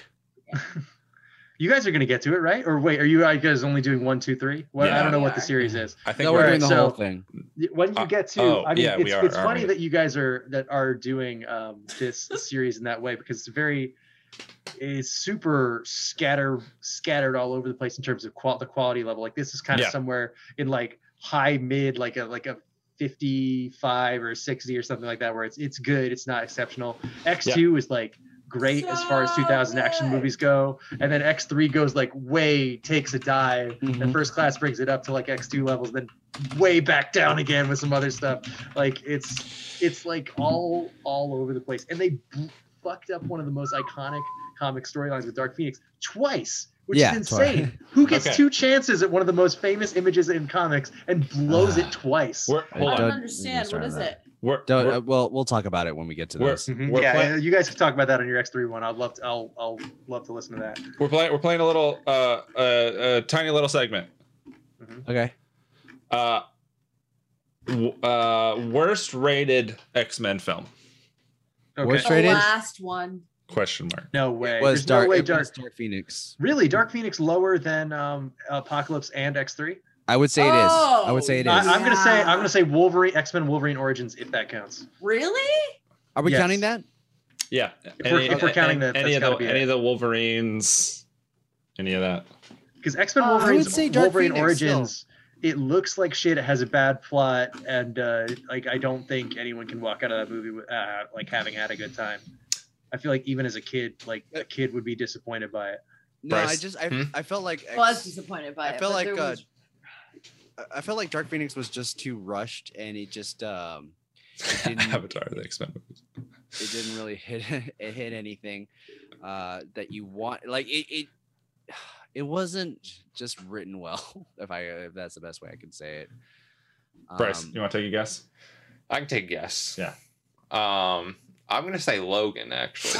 You guys are gonna get to it, right? Or wait, are you, are you guys only doing one, two, three? Well, I
Yeah.
don't know what the
Yeah.
series is.
I think
No,
we're
we're
Alright,
doing the whole
so-
thing.
When you
Uh,
get to,
oh,
I mean,
yeah, we
it's,
are,
it's
aren't
funny
we?
that you guys are that are doing um,
<laughs>
this series in that way because it's very is super scatter scattered all over the place in terms of qual- the quality level. Like this is kind of
Yeah.
somewhere in like high mid, like a like a. 55 or 60 or something like that where it's it's good it's not exceptional x2 is like great as far as
So
2000 action
good.
movies go and then x3 goes like way takes a dive and
Mhm.
first class brings it up to like X2 levels, then way back down again with some other stuff. Like it's it's like all all over the place, and they b- fucked up one of the most iconic comic storylines with Dark Phoenix twice, which
Yeah,
is
twice.
insane. Who gets
Okay.
two chances at one of the most famous images in comics and blows it twice?
We're
I
hold
I
on.
don't
don't
understand.
understand
What is
that.
it?
We're,
Don't,
we're-
uh, well, we'll talk about it when we get to
We're-
this.
Mhm.
We're
Yeah,
pla-
you guys can talk about that on your X3 one. I'd love to, I'll I'll love to listen to that.
we're playing we're playing a little uh, uh, uh tiny little segment.
Okay.
Uh, w- uh, worst rated X Men film?
Okay.
Worst
The
Straight in?
last one.
Question mark.
no way.
was
There's
dark,
no way
it was
Dark.
dark Phoenix.
Really, Dark Phoenix lower than um, Apocalypse and X3?
I would say it is. I would say it
Oh,
is.
I, am gonna say
Yeah.
I'm gonna say Wolverine X Men Wolverine Origins if that counts.
Really?
Are we
Yes.
counting that?
Yeah.
If we're- if we're counting that,
any
that's
of
gotta
the
be
any
it.
of the Wolverines, any of that.
Because X Men
Uh, I would
Wolverine
say Dark
Wolverine
Phoenix, though.
Origins it looks like shit. It has a bad plot, and uh, like I don't think anyone can walk out of that movie with, uh, like having had a good time. I feel like even as a kid, like a kid would be disappointed by
<laughs>
it.
No, I
Bryce?
just I,
Hmm?
I felt like
I was disappointed by
I
it.
feel
but
like,
there
uh, <laughs>
was-
I felt like Dark Phoenix was just too rushed, and it just um didn't-
<laughs> Avatar, the X Men movies.
it didn't really hit <laughs> it hit anything uh that you want. Like it it <sighs> it wasn't just written well. <laughs> If I if that's the best way I can say it.
Bryce,
Um,
you want to take a guess?
I can take a guess.
Yeah.
Um, I'm gonna say Logan actually.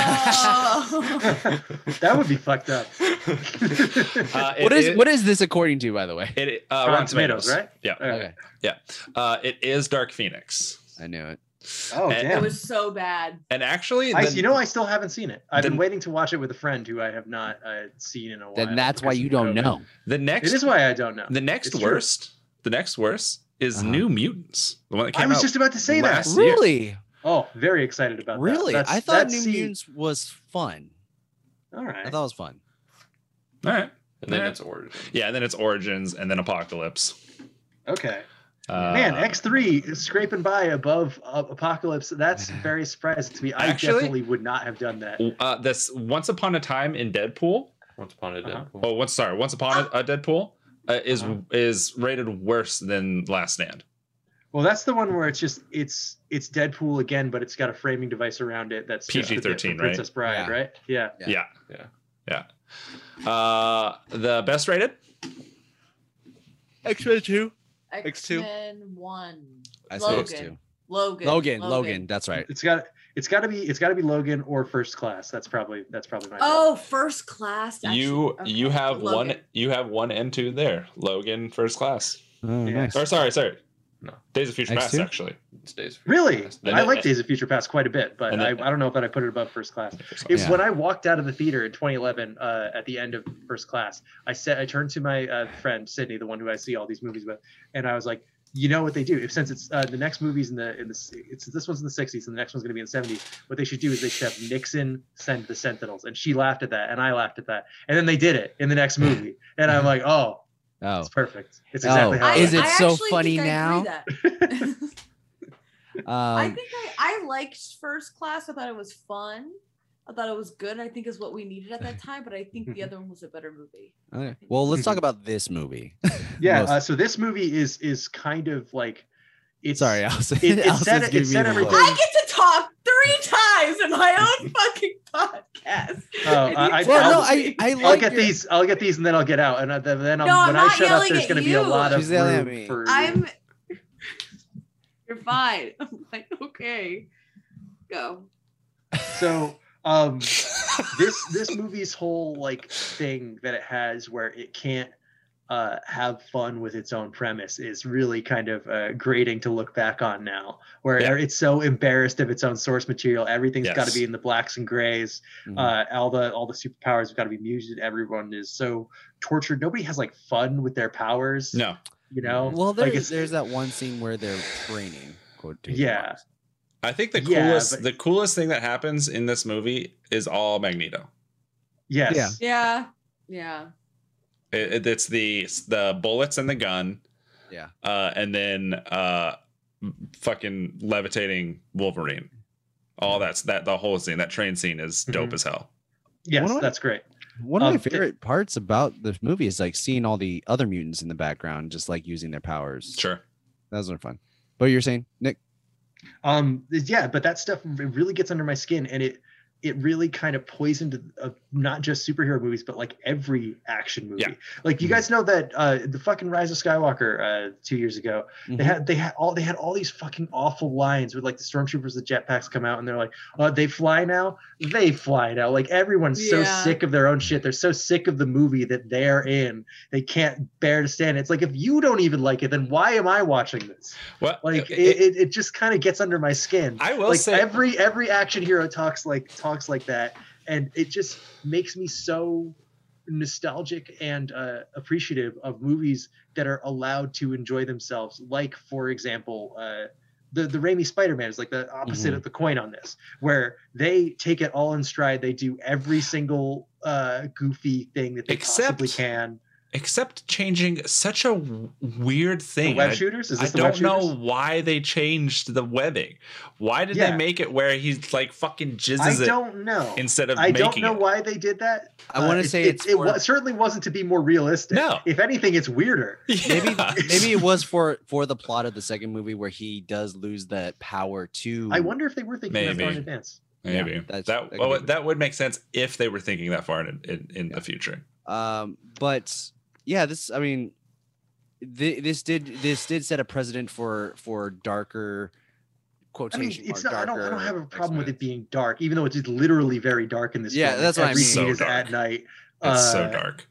Oh. <laughs>
That would be
<laughs>
fucked up.
Uh,
what
it-
is
it-
what is this according to, by the way?
It uh,
Rotten
Rotten
Tomatoes,
Tomatoes,
right?
Yeah.
Okay,
Uh, it is Dark Phoenix.
I knew it.
Oh
And-
it
damn!
was so bad.
And actually,
I,
the-
you know, I still haven't seen it. I've been
then-
waiting to watch it with a friend who I have not uh, seen in a while.
Then that's why
because
you
of
don't
COVID.
know.
the
It
next
is why I don't know.
the next
It's true.
worst the next worst is
Uh-huh.
New Mutants, the one that came
I was
out.
just about to say that.
last- See it.
Really,
Oh, very excited about that.
really.
That's-
I thought
that's
New
C-
Mutants was fun.
All
I
right.
thought it was fun.
All right.
and then
Yeah.
it's Origin.
Yeah, and then it's Origins, and then Apocalypse.
Okay.
Uh,
Man, X3 is scraping by above uh, Apocalypse. That's very surprising to me. I
Actually-
definitely would not have done that.
uh, this Once Upon a Time in Deadpool.
Once upon a
Uh-huh.
Deadpool.
Oh, what's sorry, Once Upon a, a Deadpool uh, is
Uh-huh.
is rated worse than Last Stand.
Well, that's the one where it's just it's it's Deadpool again, but it's got a framing device around it that's just the bit
PG-13,
for Princess
right?
Bride, right? Yeah.
Yeah.
Yeah,
Yeah.
Yeah. Uh, the best rated.
X Men Two. X2.
X-Men 1.
I
Logan.
suppose too.
Logan.
Logan, Logan, that's right.
It's got it's got to be it's got to be Logan or First Class. That's probably that's probably my.
Oh, first class. actually.
you you
Okay,
have one
Logan.
you have one and two there. Logan first class.
Oh,
<laughs> Yeah.
nice.
Or sorry, sorry. No. Days of Future
X
Past
two?
actually.
It's Days of Future
Really,
Past.
And
I
then-
like Days of Future Past quite a bit, but
and
I,
then-
I don't know if that I put it above First Class. It,
First
Yeah.
When I walked out of the theater in 2011, uh, at the end of First Class, I said I turned to my uh, friend Sydney, the one who I see all these movies with, and I was like, "You know what they do? If since it's uh, the next movies in the in the s- it's this one's in the 60s and the next one's going to be in the 70s, what they should do is they should have Nixon send the Sentinels." And she laughed at that, and I laughed at that, and then they did it in the next movie, and I'm like, "Oh,
Oh,
it's perfect. It's
Oh.
exactly how."
I,
I
Is it
I
so
actually
funny
think
now?
I agree with that.
<laughs>
I
um,
think I, I liked first class. I thought it was fun. I thought it was good. I think is what we needed at
<laughs>
that time. But I think
Mm-hmm.
the other one was a better movie.
okay. well, let's talk about this movie.
Yeah.
Most-
Uh, so this movie is is kind of like, it's
Sorry, I was. <laughs>
it
I was
said-
just
it
giving
said
you the look.
everything.
I get to talk three times in my
<laughs>
own fucking podcast.
Oh,
And
I-
you
I-
tell
Well, no,
me-
I, I
I'll
like
get
your-
these. I'll get these, and then I'll get out. And I- then, then I'll,
No, I'm
when I
not
shut up,
yelling
there's
at
going to be a
you.
lot of
She's yelling at
room
me.
for-
I'm. You're fine. <laughs> I'm like okay, go.
so
<laughs>
um this this movie's whole like thing that it has where it can't uh have fun with its own premise is really kind of uh grating to look back on now where
Yeah.
it's so embarrassed of its own source material Everything's got to
Yes.
be in the blacks and grays
Mhm.
uh all the all the superpowers have got to be muted everyone is so tortured nobody has like fun with their powers
No.
you know
Well,
Like,
there's
it's-
there's that one scene where they're training. quotation
yeah
marks.
I think the
Yeah,
coolest
but-
the coolest thing that happens in this movie is all Magneto.
yes
Yeah.
Yeah, yeah.
It, it- it's the the bullets and the gun.
Yeah.
Uh, and then uh, fucking levitating Wolverine.
Hmm.
All that's that the whole scene that train scene is dope
Mhm.
as hell.
yes
One of-
that's great
One of
Um,
my
th-
favorite parts about this movie is like seeing all the other mutants in the background, just like using their powers.
Sure.
Those are fun. But you're saying, Nick?
um yeah but that stuff r- really gets under my skin and it it really kind of poisoned uh, not just superhero movies but like every action movie
Yeah.
like you guys know that uh the fucking rise of skywalker uh two years ago
Mhm.
they had they had all they had all these fucking awful lines with like the stormtroopers the jetpacks come out and they're like uh they fly now they fly now like everyone's so
Yeah.
sick of their own shit they're so sick of the movie that they're in they can't bear to stand it. it's like if you don't even like it then why am i watching this
Well,
like it, it, it just kind of gets under my skin
I will
like
say
every every action hero talks like talks like that and it just makes me so nostalgic and uh, appreciative of movies that are allowed to enjoy themselves like for example uh, the the Raimi Spider-Man is like the
Mm-hmm.
opposite of the coin on this where they take it all in stride they do every single uh, goofy thing that they
Except-
possibly can
except changing such a w- weird
the
thing.
web
I-
shooters is
I
this the web
don't know
shooters?
why they changed the webbing. Why did
Yeah.
they make it where he's like fucking
I
jizzes it
don't know
instead of
I
making
don't know
it?
why they did that
I want
Uh,
to say
it,
it's
it,
for-
wa- certainly wasn't to be more realistic. <laughs>
No.
If anything, it's weirder.
maybe
<laughs> Yeah.
maybe it <laughs> was for for the plot of the second movie where he does lose that power to.
I wonder if they were thinking that far in
Maybe.
advance.
Yeah,
maybe
that's-
that
that
that,
could
well,
be-
that would make sense if they were thinking that far in in, in
Yeah.
the future.
Um, but yeah, this I mean, thi- this did this did set a precedent for for darker
I mean,
quotation.
it's
mark,
not, I don't. I don't
darker
have a problem with it
X-Men.
being dark, even though it's literally very dark in this.
Yeah,
film.
that's what I
Every
mean.
scene
So
is
dark.
at night.
It's so
Uh,
dark.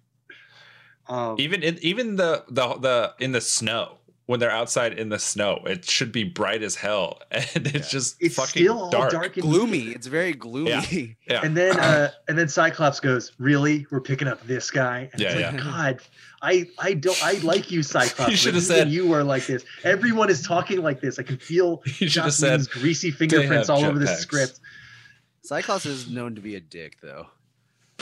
um,
Even in even the the the in the snow when they're outside in the snow, it should be bright as hell, <laughs> and it's just
it's
fucking
still all dark,
dark.
and
gloomy. It's very gloomy.
Yeah.
And
<coughs>
then, uh, and then Cyclops goes, "Really? We're picking up this guy?" And it's
Yeah,
like, God, I, I don't, I
<laughs>
like you, Cyclops.
You should
but
have
even
said-
you are like this. Everyone is talking like this. I can feel
<laughs> you should have said
Jocelyn's greasy fingerprints
have
all over this
jetpacks.
script.
<laughs> Cyclops is known to be a dick, though.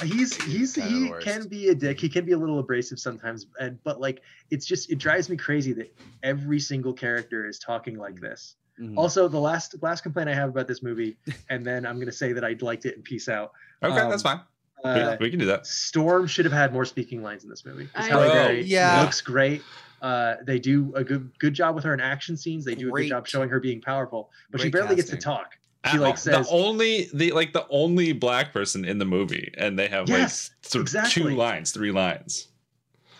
he's he's
kinda the
he
worst.
can be a dick he can be a little abrasive sometimes and but like it's just it drives me crazy that every single character is talking like this
Hmm.
Mhm.
also the last last complaint i have about
<laughs>
this movie and then i'm going to say that i liked it and peace out
okay,
um,
that's fine. We-
uh,
we can do that.
storm should have had more speaking lines in this movie
I
It's
know.
Oh,
Halle
Yeah.
looks great uh, they do a good good job with her in action scenes they do a good
Great.
job showing her being powerful but she
Great
barely gets to
casting.
talk She like
Uh,
says,
the only the like the only black person in the movie, and they have
Yes,
like th-
exactly.
two lines, three lines. <laughs>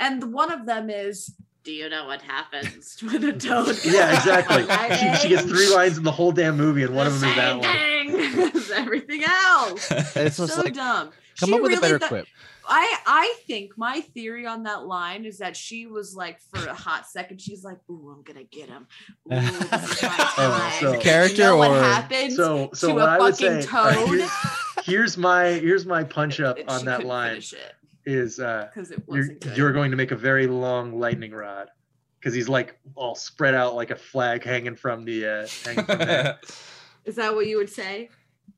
And one of them is, "Do you know what happens when a toad?"
yeah, exactly.
Like,
she, she gets three lines in the whole damn movie, and one of them is that
Same
one.
thing <laughs> as everything else.
It's just
so
like
dumb.
come
She
up with a
really
better
thought-
quip.
I I think my theory on that line is that she was like for a hot second she's like ooh I'm gonna get him. Ooh, this is my
<laughs>
Oh,
time."
so-
You
Character
know what
or-
happens
So, so
to
what
a
I would
fucking
say, all right,
toad?
here's, here's my here's my punch
<laughs>
up
And she
on that
couldn't
line
finish it
is uh,
because it
you're,
wasn't good.
you're going to make a very long lightning rod because he's like all spread out like a flag hanging from the uh, hanging
<laughs>
from the-
Is that what you would say?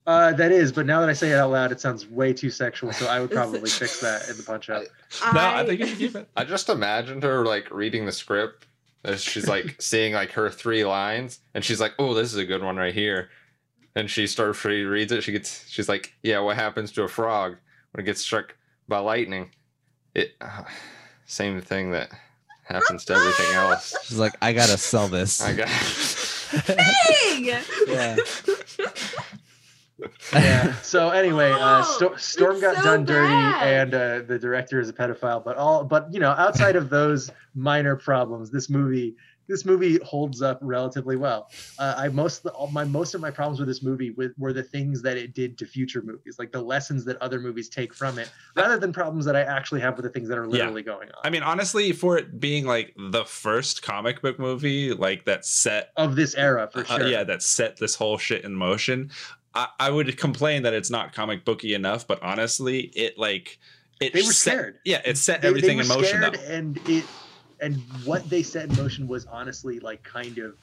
uh that is but now that i say it out loud it sounds way too sexual so i would probably fix that in the punch up
no, I think you should keep it.
I just imagined her like reading the script. and She's like seeing like her three lines, and she's like, "Oh, this is a good one right here." And she starts. She reads it. She gets. She's like, "Yeah, what happens to a frog when it gets struck by lightning?" It uh, same thing that happens to everything else.
She's like, I gotta sell this.
I got.
<laughs>
Dang!
<laughs> yeah.
yeah <laughs> so anyway uh
Oh,
Sto- storm got
it's so
done dirty
bad.
and uh the director is a pedophile but all but you know outside of those minor problems this movie this movie holds up relatively well uh, i most all my most of my problems with this movie with, were the things that it did to future movies like the lessons that other movies take from it rather than problems that i actually have with the things that are
Yeah.
literally going on
I mean, honestly, for it being like the first comic book movie, like that set
of this era for
uh,
sure
yeah, that set this whole shit in motion. I, I would complain that it's not comic booky enough, but honestly, it like it
They were
set-
scared.
Yeah, it set
They- they
everything
were
in motion
scared,
though.
and it and what they set in motion was honestly like kind of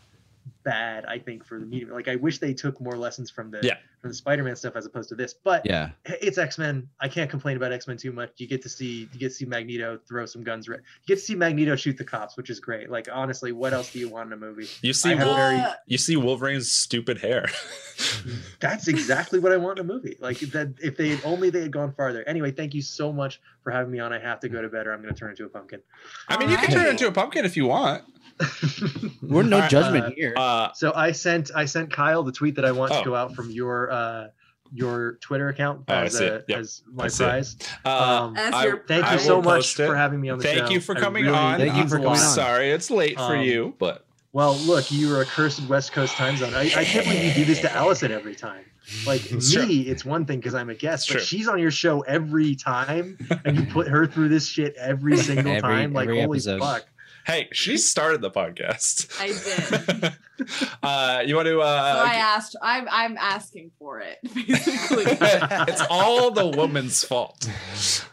bad i think for the medium like i wish they took more lessons from the
Yeah.
from the spider-man stuff as opposed to this but
Yeah.
it's x-men i can't complain about x-men too much you get to see you get to see magneto throw some guns ra- you get to see magneto shoot the cops which is great like honestly what else do you want in a movie
You see,
I have
Wol-
very-
Uh,
you see Wolverine's stupid hair. <laughs>
that's exactly what i want in a movie like that if they had only they had gone farther anyway thank you so much for having me on i have to go to bed or i'm going to turn into a pumpkin <laughs>
I mean, you can turn it into a pumpkin if you want.
We're no
All right,
judgment
uh,
here.
Uh,
So I sent I sent Kyle the tweet that I want
Oh.
to go out from your uh your Twitter account
Oh, I
as,
see
a,
it. Yep.
as my
I see it.
prize.
uh,
um,
as
I-
your
thank
I
you
prize.
so
will
much
post it.
for having me on the show.
thank you for
I
coming
really-
on.
Thank you
I'm
for coming on.
Sorry, it's late for
Um,
you, but
Well, look, you are a cursed West Coast time zone. I, I can't believe you
<laughs>
do this to Allison every time. Like
It's true.
me, it's one thing because I'm a guest,
It's
but
true.
she's on your show every time, and you put her through this shit
<laughs>
every single
Every-
time. Like
every
holy
episode.
fuck!
hey, she started the podcast.
I did.
<laughs> uh, you want to?
So
Uh,
I asked. I'm I'm asking for it <laughs> basically.
<laughs> it's all the woman's fault.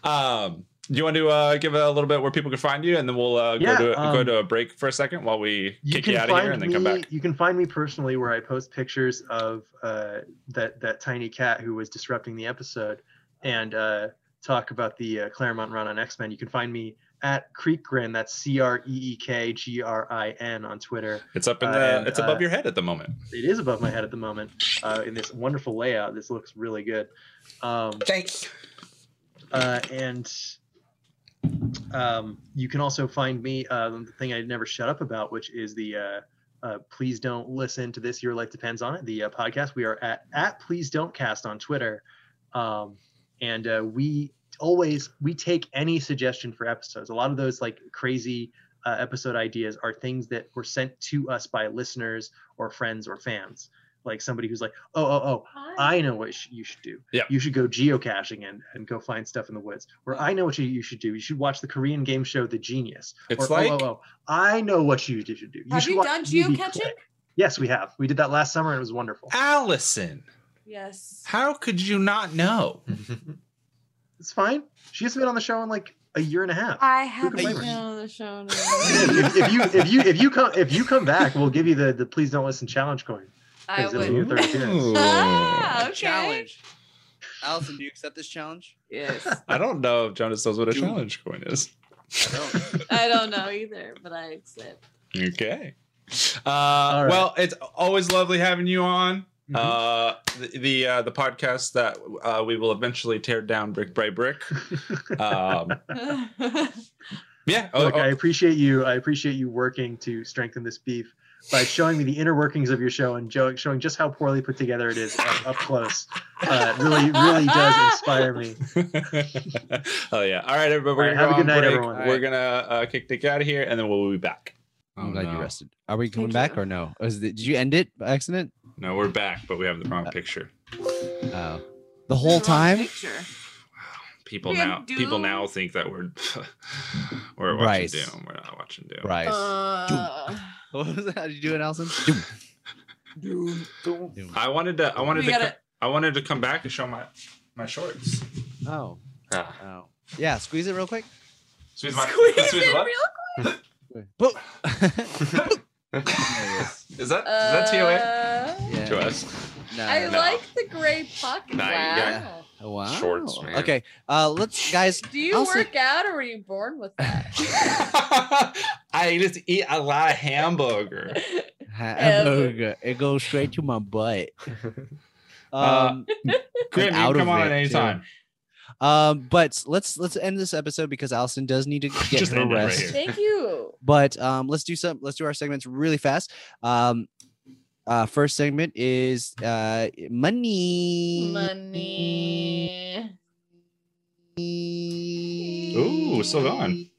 Um, you want to uh, give a little bit where people can find you, and then we'll uh,
Yeah,
go to go
um,
to a break for a second while we
you
kick
can
you out
find
of here and then
me,
come back.
You can find me personally where I post pictures of uh, that that tiny cat who was disrupting the episode, and uh, talk about the uh, Claremont run on X Men. You can find me at Creek Grin. That's C R E E K G R I N on Twitter.
It's up in
uh,
the.
and,
it's above
uh,
your head at the moment.
It is above my head at the moment uh, in this wonderful layout. This looks really good. Um,
Thanks.
uh, and um, you can also find me uh, the thing I never shut up about, which is the uh, uh, please don't listen to this. Your life depends on it. The uh, podcast we are at at please don't cast on Twitter, um, and uh, we always we take any suggestion for episodes. A lot of those like crazy. Uh, episode ideas are things that were sent to us by listeners or friends or fans, like somebody who's like, "Oh, oh, oh, <laughs> I know what sh- you should do.
Yeah.
You should go geocaching and, and go find stuff in the woods. Or I know what you, you should do. You should watch the Korean game show The Genius.
It's
or,
like-
oh, oh, oh, I know what you should do. You
Have
should
you
watch
done
DB
geocaching?
Play." Yes, we have. We did that last summer and it was wonderful.
Allison,
yes.
how could you not know?
It's fine. She hasn't been on the show in like a year and a half.
I
haven't
haven't
complain?
been
been
on the show.
if, if you if you if you come if you come back, we'll give you the, the please don't listen challenge coin.
I
'Cause it'll be your
would.
third appearance.
Ah, okay.
Challenge. Allison, do you accept this
<laughs>
challenge?
Yes.
I don't know if Jonas knows what a challenge coin is.
I don't know either, but I <laughs> accept.
Okay. Uh,
right.
Well, it's always lovely having you on.
Mhm.
Uh, the the, uh, the podcast that
<laughs>
uh, we will eventually tear down brick by brick. Um, Yeah.
Look, I appreciate you. I appreciate you working to strengthen this beef by showing me the inner workings of your show and jo- showing just how poorly put together it is up, up close. Uh, it really, really does inspire me.
<laughs> oh yeah. All right, everybody. we're gonna
All right,
go
have a good
on
night,
break.
everyone.
We're gonna uh, kick Nick out of here, and then we'll be back.
I'm
Oh,
glad
no.
you rested. Are we coming
Thank
back
you.
or no? Is it, did you end it by accident?
No, we're back, but we have the wrong picture.
Oh. The whole
Wrong
time?
Picture.
People
We have
now, people
Doom.
now think that we're <laughs> we're watching
Bryce.
Doom. We're not watching Doom.
Bryce.
Uh,
<laughs> What was that? How did you do it, Allison?
I wanted to. I wanted
We
to.
gotta-
co- I wanted to come back to show my my shorts.
<laughs> Oh.
Ah.
Oh. Yeah, squeeze it real quick.
Squeeze
<laughs>
my.
squeeze
squeeze
in
what?
real.
<laughs> Boop.
Is that
that TOA?
Uh,
yeah.
to us?
No,
I
no,
no.
like the gray pocket.
Nah, you
wow.
no. Wow.
Shorts, man.
Okay. Uh let's guys
Do you
Also-
work out or were you born with
<laughs>
that?
I just eat a lot of hamburger.
<laughs>
hamburger. It goes straight to my <laughs> butt.
Uh,
Um
Grim, you
out
can
of
come on
it,
at any
too.
time.
um but let's let's end this episode because Allison does <laughs> need to get
Just
her
end it right
rest.
here.
Thank you.
but um, let's do some let's do our segments really fast um uh first segment is uh money
Money.
Ooh, still going.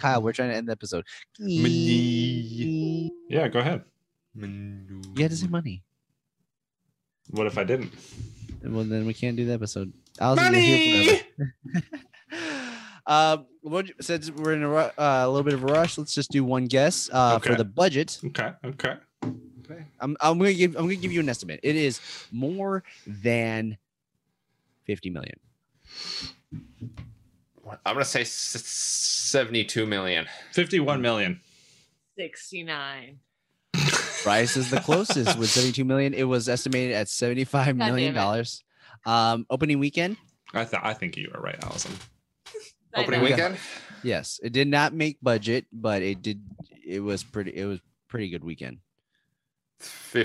kyle we're trying to end the episode
Money. Yeah, go ahead.
you had to say money
What if I didn't?
well then we can't do the episode Allison, you're here forever. <laughs> um what, since we're in a, ru- uh, a little bit of a rush let's just do one guess uh for
Okay.
the budget
Okay. Okay.
I'm, I'm gonna give I'm gonna give you an estimate. It is more than fifty million.
I'm gonna say s- seventy-two million.
Fifty-one million.
69.
Bryce is the closest with seventy two million. It was estimated at seventy five
God
million
damn
dollars. Um, opening weekend,
I th- I think you were right, Allison.
I
Opening
know.
weekend.
yes, it did not make budget, but it did. It was pretty. It was pretty good weekend.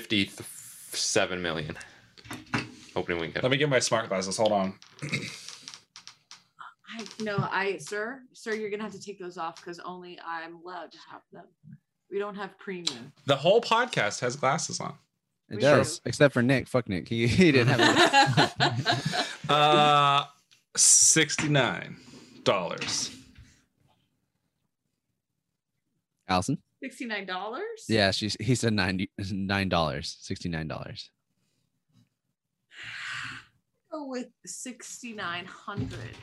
57 million. Opening
Let
weekend.
me get my smart glasses. Hold on.
I no, I sir, sir, you're gonna have to take those off because only I'm allowed to have them. We don't have premium.
The whole podcast has glasses on.
It
We
does, except for Nick. Fuck Nick. He, he didn't
<laughs>
have. it.
Uh, sixty-nine dollars.
Allison.
<laughs> Sixty-nine dollars.
Yeah, she he said ninety nine dollars, sixty nine dollars.
Go with sixty-nine hundred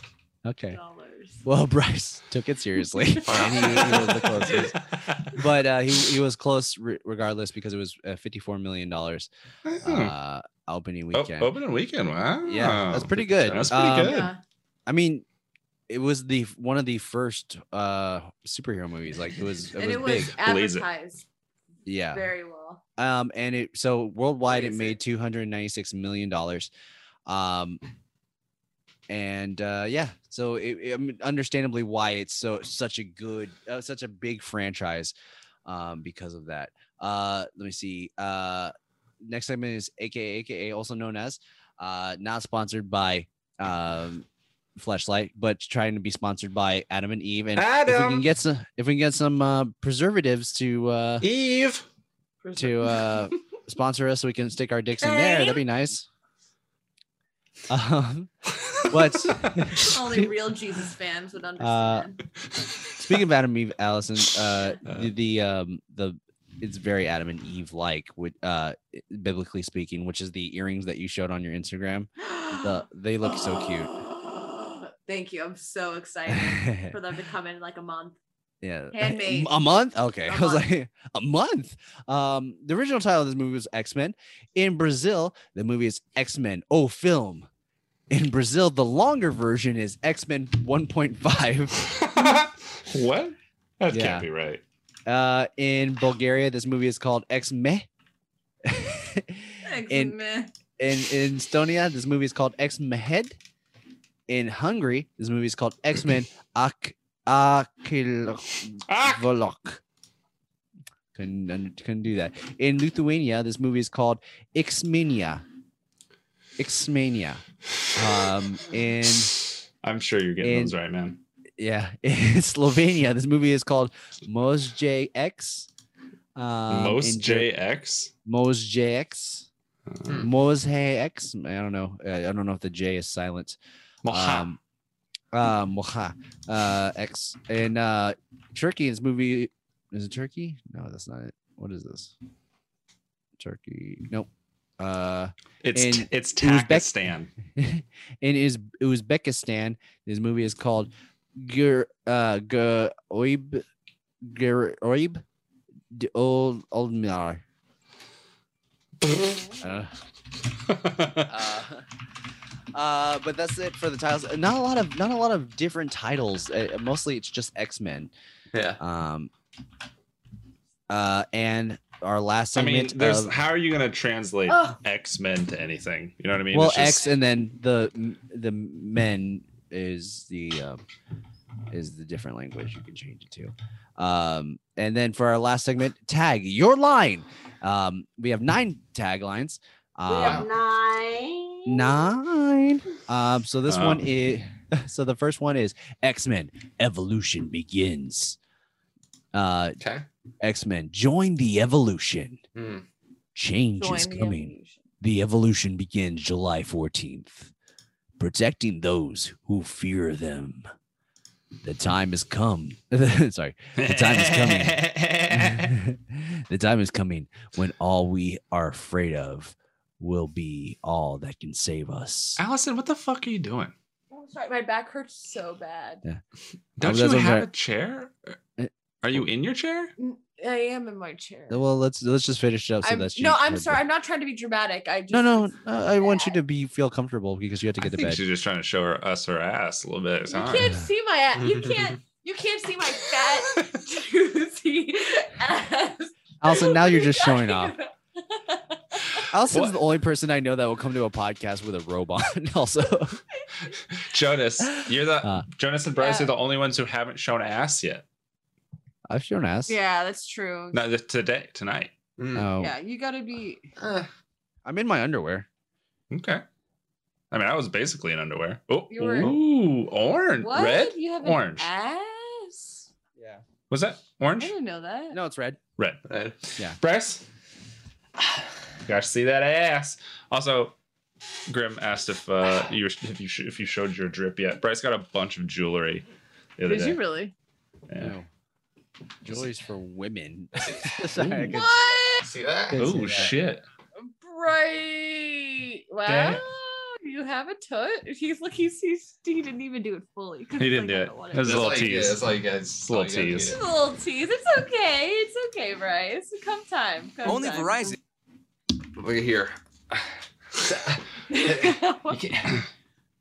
Okay.
dollars.
Well, Bryce took it
<laughs>
seriously. and <laughs> he, he was the
<laughs>
closest. but uh, he he was close re- regardless because it was uh, fifty four million dollars uh, opening
Hmm. Oh,
weekend.
opening weekend. Wow.
Yeah, that's pretty good.
That's pretty
Um,
good.
Yeah.
I mean, it was the f- one of the first uh, superhero movies. Like it was, it
and
was,
it was
big.
Blaze it.
advertised
Yeah.
very well.
Um, and it so worldwide it
Blaze
made
it.
two hundred ninety six million dollars. Um, and uh, yeah, so it, it- I mean, understandably why it's so such a good, uh, such a big franchise, um, because of that. Uh, let me see. Uh, next segment is AKA AKA, also known as, uh, not sponsored by, um, Fleshlight, but trying to be sponsored by Adam and Eve. And if we
Adam.
can get some, if we can get some uh, preservatives to uh,
Eve.
to uh, sponsor us so we can stick our dicks in there, that'd be nice. Um, but
<laughs>
uh,
<laughs> Only real Jesus
<laughs>
fans would understand.
Speaking of Adam and Eve, Allison, uh, the, the um the it's very Adam and Eve like, with uh biblically speaking, which is the earrings that you showed on your Instagram. The they look so
Oh,
cute.
<gasps> Thank you. I'm so
<laughs>
excited for
yeah,
them to come in like a month.
<laughs>
Handmade.
a month. Okay,
A
<laughs> I was
month.
like a month. Um, the original title of this movie was X Men. In Brazil, the movie is X Men. Oh, film. In Brazil, the longer version is X Men 1.5.
<laughs> what? That
Yeah.
can't be right.
<laughs> Uh, in Bulgaria, this movie is called X Me. <laughs>
Thanks,
in,
meh.
in in Estonia, this movie is called X Mehed. In Hungary, this movie is called X Men
<laughs>
Ak Akilvolok.
Ah,
Couldn't, un- couldn't do that. In Lithuania, this movie is called Xmania. Xmania. Um, in Uh,
<sighs> I'm sure you're getting
in-
those right, man.
yeah, <laughs> in Slovenia. This movie is called Mos JX. Um,
Most
in Ger-
JX.
Mos JX.
Uh,
Mos X. I don't know. I I don't know if the J is silent.
Moha.
Um, uh, Moha, uh, X and uh, Turkey. This movie is it Turkey? No, that's not it. What is this? Turkey? Nope. Uh, <laughs>
it's
in
it's
Uzbek-
Takistan. <laughs>
in is Uzbekistan. This movie is called Ger uh Geroib Geroib D- Old Old Minar. Uh, uh, <laughs> uh, but that's it for the titles. Not a lot of not a lot of different titles. Uh, mostly, it's just X Men.
Yeah.
Um, uh, and our last
I mean,
segment
there's
of
how are you gonna translate
Oh.
Ugh.
X Men to anything? You know what I mean?
well
It's
X,
just-
and then the the men is the um, is the different language you can change it to. Um, and then for our last segment, tag your line. Um, we have nine taglines.
We
Um,
have nine.
Nine. Um, so this
Wow.
one is <laughs> so the first one is X-Men Evolution begins. Uh
Okay.
X-Men join the evolution.
Hmm.
Change
Join
is
the
coming.
evolution.
The evolution begins July 14th. Protecting those who fear them. The time has come. <laughs>
<laughs>
Sorry. The time is coming. the time is coming when all we are afraid of will be all that can save us.
<laughs> Allison, what the fuck are you doing?
Oh, sorry, my back hurts so bad.
Don't
that's
you
what I'm
have
trying-
a chair?
Uh,
Are you in your chair?
N- I am in my chair.
Well, let's let's just finish it up. So
I'm,
that's
no, I'm sorry. I'm not trying to be dramatic. I just
No, no, uh, I want you to be feel comfortable because you have to
I
get to
think
bed.
she's just trying to show her, us her ass a little bit. It's
You
fine.
can't see my ass. You
<laughs>
can't. You can't see my fat, juicy ass.
Allison, now
What
you're
are <laughs>
just
you
showing off.
talking about?
Allison's
What?
the only person I know that will come to a podcast with a robot. <laughs> Also,
Jonas, you're the
Uh,
Jonas and Bryce
Yeah.
are the only ones who haven't shown ass yet.
I've shown ass.
Yeah, that's true.
No, th- today, tonight.
Hmm.
Oh,
Yeah, you gotta be.
Eh.
I'm in my underwear.
Okay. I mean, I was basically in underwear. Oh,
You were-
ooh, orange,
What?
red,
You have an
orange.
ass?
Yeah.
Was that
I
orange?
didn't know that.
No, it's red.
Red.
Right.
Bryce, <sighs> gotta see that ass. Also, Grim asked if uh, you were, if you sh- if you showed your drip yet. Bryce got a bunch of jewelry. The other
Did
day.
you really?
Yeah.
No. Jewelry's for women. <laughs> Sorry, I could-
What?
See that?
could say
Oh
that.
shit!
Right. Wow.
Damn.
You have a tut. He's look. He's, he's he didn't even do it fully. 'cause
He
it's
didn't do
I
it.
don't want
That's a little
like, yeah,
tease.
That's all you guys. that's all
Little
you guys
tease.
get.
Just a little tease. It's okay. It's okay, Bryce. Come time. Come
Only
time. <laughs>
Verizon.
Look at <laughs> here. You
Oh,
can't. <coughs>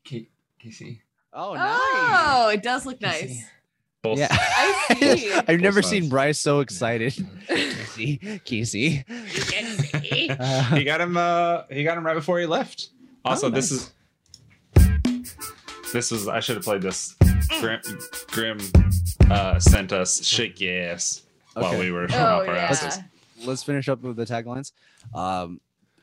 Can, can you see?
Oh, nice.
oh, it does look
Can you see?
nice.
Both-
Yeah.
I see.
<laughs> I've never
sides.
seen Bryce so
<laughs>
excited. Casey, Casey. Uh,
<laughs>
he got him. Uh, he got him right before he left. Also,
Oh,
this is this was. I should have played this. Grim, Grim uh, sent us shake yes while
Okay.
we were showing
Oh
off our asses.
yeah.
let's finish up with the taglines. Um,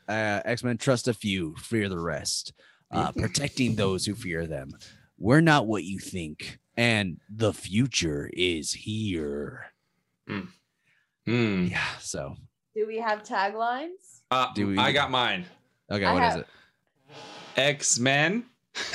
uh, X Men trust a few, fear the rest. Uh, protecting those who fear them. We're not what you think, and the future is here.
Hmm.
Yeah. So
Do we have taglines?
Uh,
Do we-
I got mine.
okay,
I
what is
have-
it?
X Men,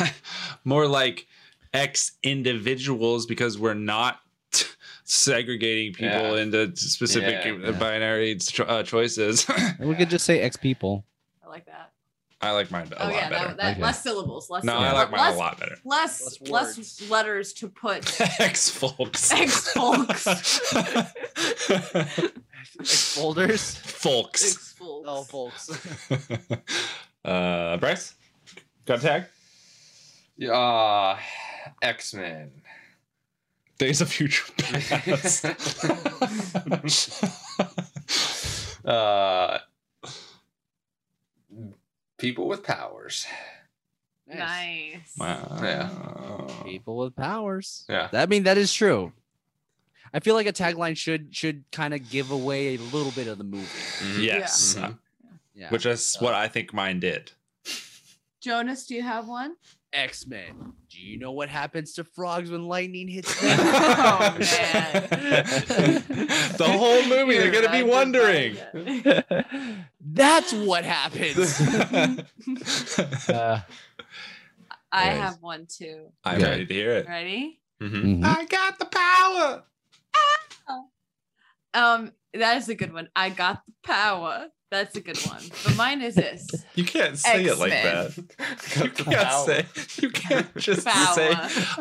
<laughs> more like X individuals because we're not <laughs> segregating people
Yeah.
into specific
Yeah,
yeah.
binary cho- uh, choices. <laughs>
We could just say X people.
I like that.
I like mine a
oh
lot
yeah.
better.
That, that
Okay.
less syllables. Less.
no, I
syllables.
like mine
less,
a lot better.
Less
Less
less,
words.
letters to put.
X folks.
X folks.
X folders.
folks. <laughs>
X folks.
folks.
uh, Bryce, got a tag?
Yeah, Uh,
<laughs>
X Men.
Days of Future Past.
<laughs> uh, people with powers.
Nice.
<laughs> wow. Oh.
People with powers.
Yeah.
That I mean that is true. I feel like a tagline should should kind of give away a little bit of the movie.
Yes.
Mhm.
Yeah.
Which is what I think mine did.
Jonas, do you have one?
X Men. Do you know what happens to frogs when lightning
<laughs>
hits them?
<laughs> Oh, man.
the whole movie, they're gonna
<laughs>
be wondering.
That's what
<laughs>
happens.
Uh,
I
Yes.
have one too.
<laughs> I'm
Okay.
ready to hear it.
Ready?
Mhm.
mm-hmm.
Mhm.
I got the power.
Um, that is a good one. I got the power. That's a good one. But mine is this.
You can't say it like that.
X-Men.
<laughs>
You can't
Got the power.
say. You can't just
Power.
say.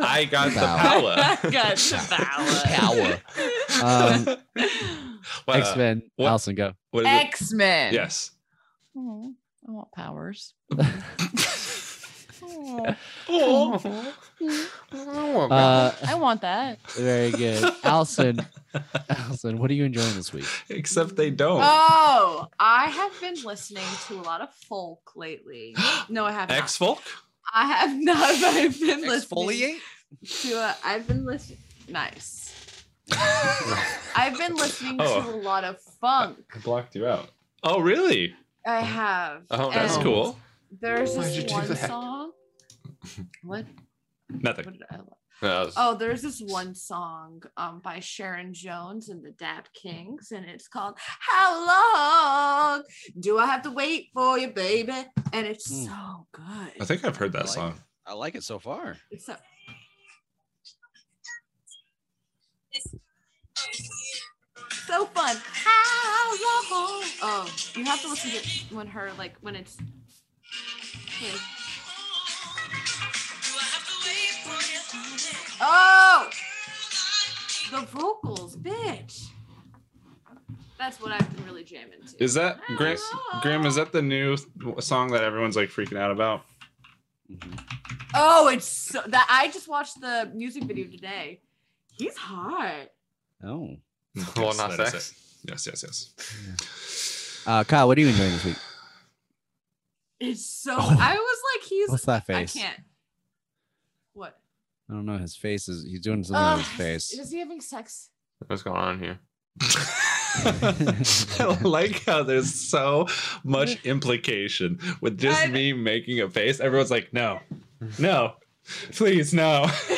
I got
Power.
the
I
power. <laughs>
got the
Power. Um,
power.
What, uh,
X Men.
what-
Allison, go.
What is it?
X Men.
Yes. <laughs>
Oh, I want powers.
Oh. Oh,
Uh,
I want that.
very good, Allison. Allison, what are you enjoying this week?
Except they don't.
Oh, I have been listening to a lot of folk lately.
<gasps>
No, I haven't.
X Folk.
I have not. But I've been listening
Exfoliate?
to. A, I've been listening. Nice. I've been listening to
Oh.
a lot of funk.
I blocked you out. Oh really?
I have.
Oh,
That's
And
cool.
There's
Why'd you
this
do
one
that?
song. What?
Nothing.
what did I-
No,
Oh, there's this one song um, by Sharon Jones and the Dap Kings, and it's called How Long Do I Have to Wait for You, Baby? And it's
Mm.
so good.
I think I've heard
I
that
like
song.
I like it so far.
It's so- so fun. How long? Oh, you have to listen to it when her like when it's. Wait. Oh, the vocals, bitch. That's what I've been really jamming to.
Is that Graham? Graham, is that the new th- song that everyone's like freaking out about?
Mm-hmm.
oh, it's so that I just watched the music video today. He's hot.
Oh.
Well,
Yes,
not
that is
sex.
it. Yes, yes, yes.
Uh, Kyle, what are you enjoying this week?
It's so.
Oh.
I was like, he's.
What's that
I
face?
can't. What?
I don't know. His face is, he's doing something
Uh,
with his face.
Is he having sex?
What's going on here?
<laughs> I like how there's so much implication with just
I-
me making a face. Everyone's like, no, no, please, no. <laughs>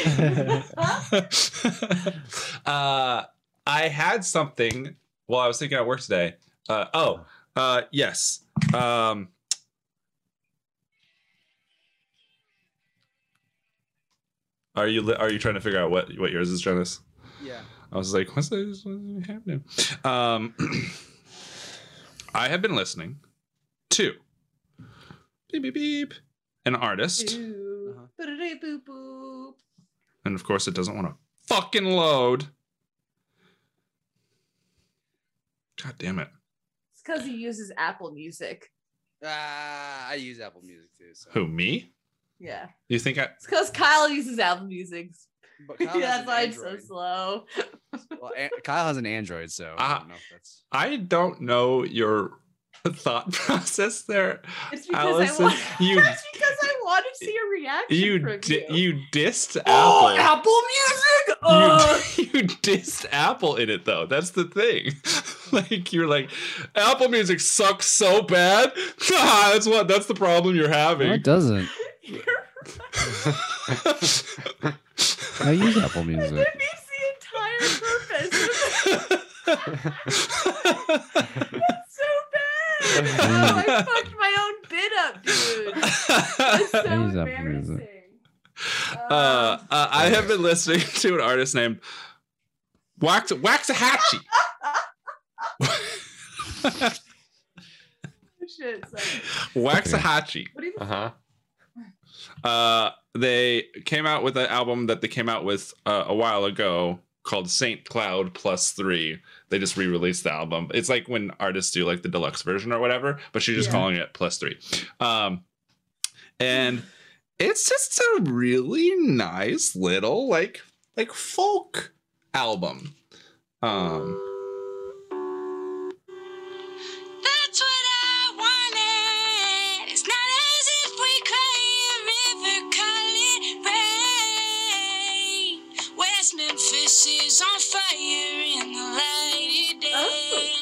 uh, I had something while I was thinking at work today. Uh, oh, uh, yes. Um, are you li- are you trying to figure out what what yours is, Jonas?
Yeah.
I was like, what's this? What's happening? Um, <clears throat> I have been listening to beep beep beep an artist,
Ooh. Boop, boop.
and of course, it doesn't want to fucking load. God damn it!
It's because he uses Apple Music.
Ah, I use Apple Music too. So.
Who me?
Yeah.
You think I?
It's because Kyle uses Apple Music.
But Kyle has
<laughs> That's
an
why it's so
Android.
slow.
Well, a- Kyle has an Android, so I
Ah.
don't know if that's.
I don't know your <laughs> thought process there.
It's because
Allison,
I want. <laughs>
you-
it's because I want to see a reaction
You
from
di-
you.
you dissed
<laughs> Oh,
Apple.
Apple Music.
you,
Oh.
<laughs> you dissed Apple in it though. That's the thing. <laughs> like you're like, Apple Music sucks so bad. <laughs> Ah, that's what. That's the problem you're
No, it
having.
doesn't.
<laughs>
I use Apple
That <laughs>
Music.
defeats the entire purpose. <laughs> That's so bad. Oh, I fucked my own bit up, dude. That's so
Please, Apple
embarrassing.
uh, <laughs> uh, I have been listening <laughs> to an artist named Wax Waxahachie. <laughs>
oh, Shit, sorry.
Waxahachie.
What do you
Uh huh.
Uh, they came out with an album that they came out with uh, a while ago called Saint Cloud Plus Three. They just re-released the album. It's like when artists do like the deluxe version or whatever, but she's just
Yeah.
calling it Plus Three. Um, and it's just a really nice little like like folk album. Um,
That's what I wanted. It's not as if we cry a river, call it rain. West Memphis is on fire in the light of day.
Oh.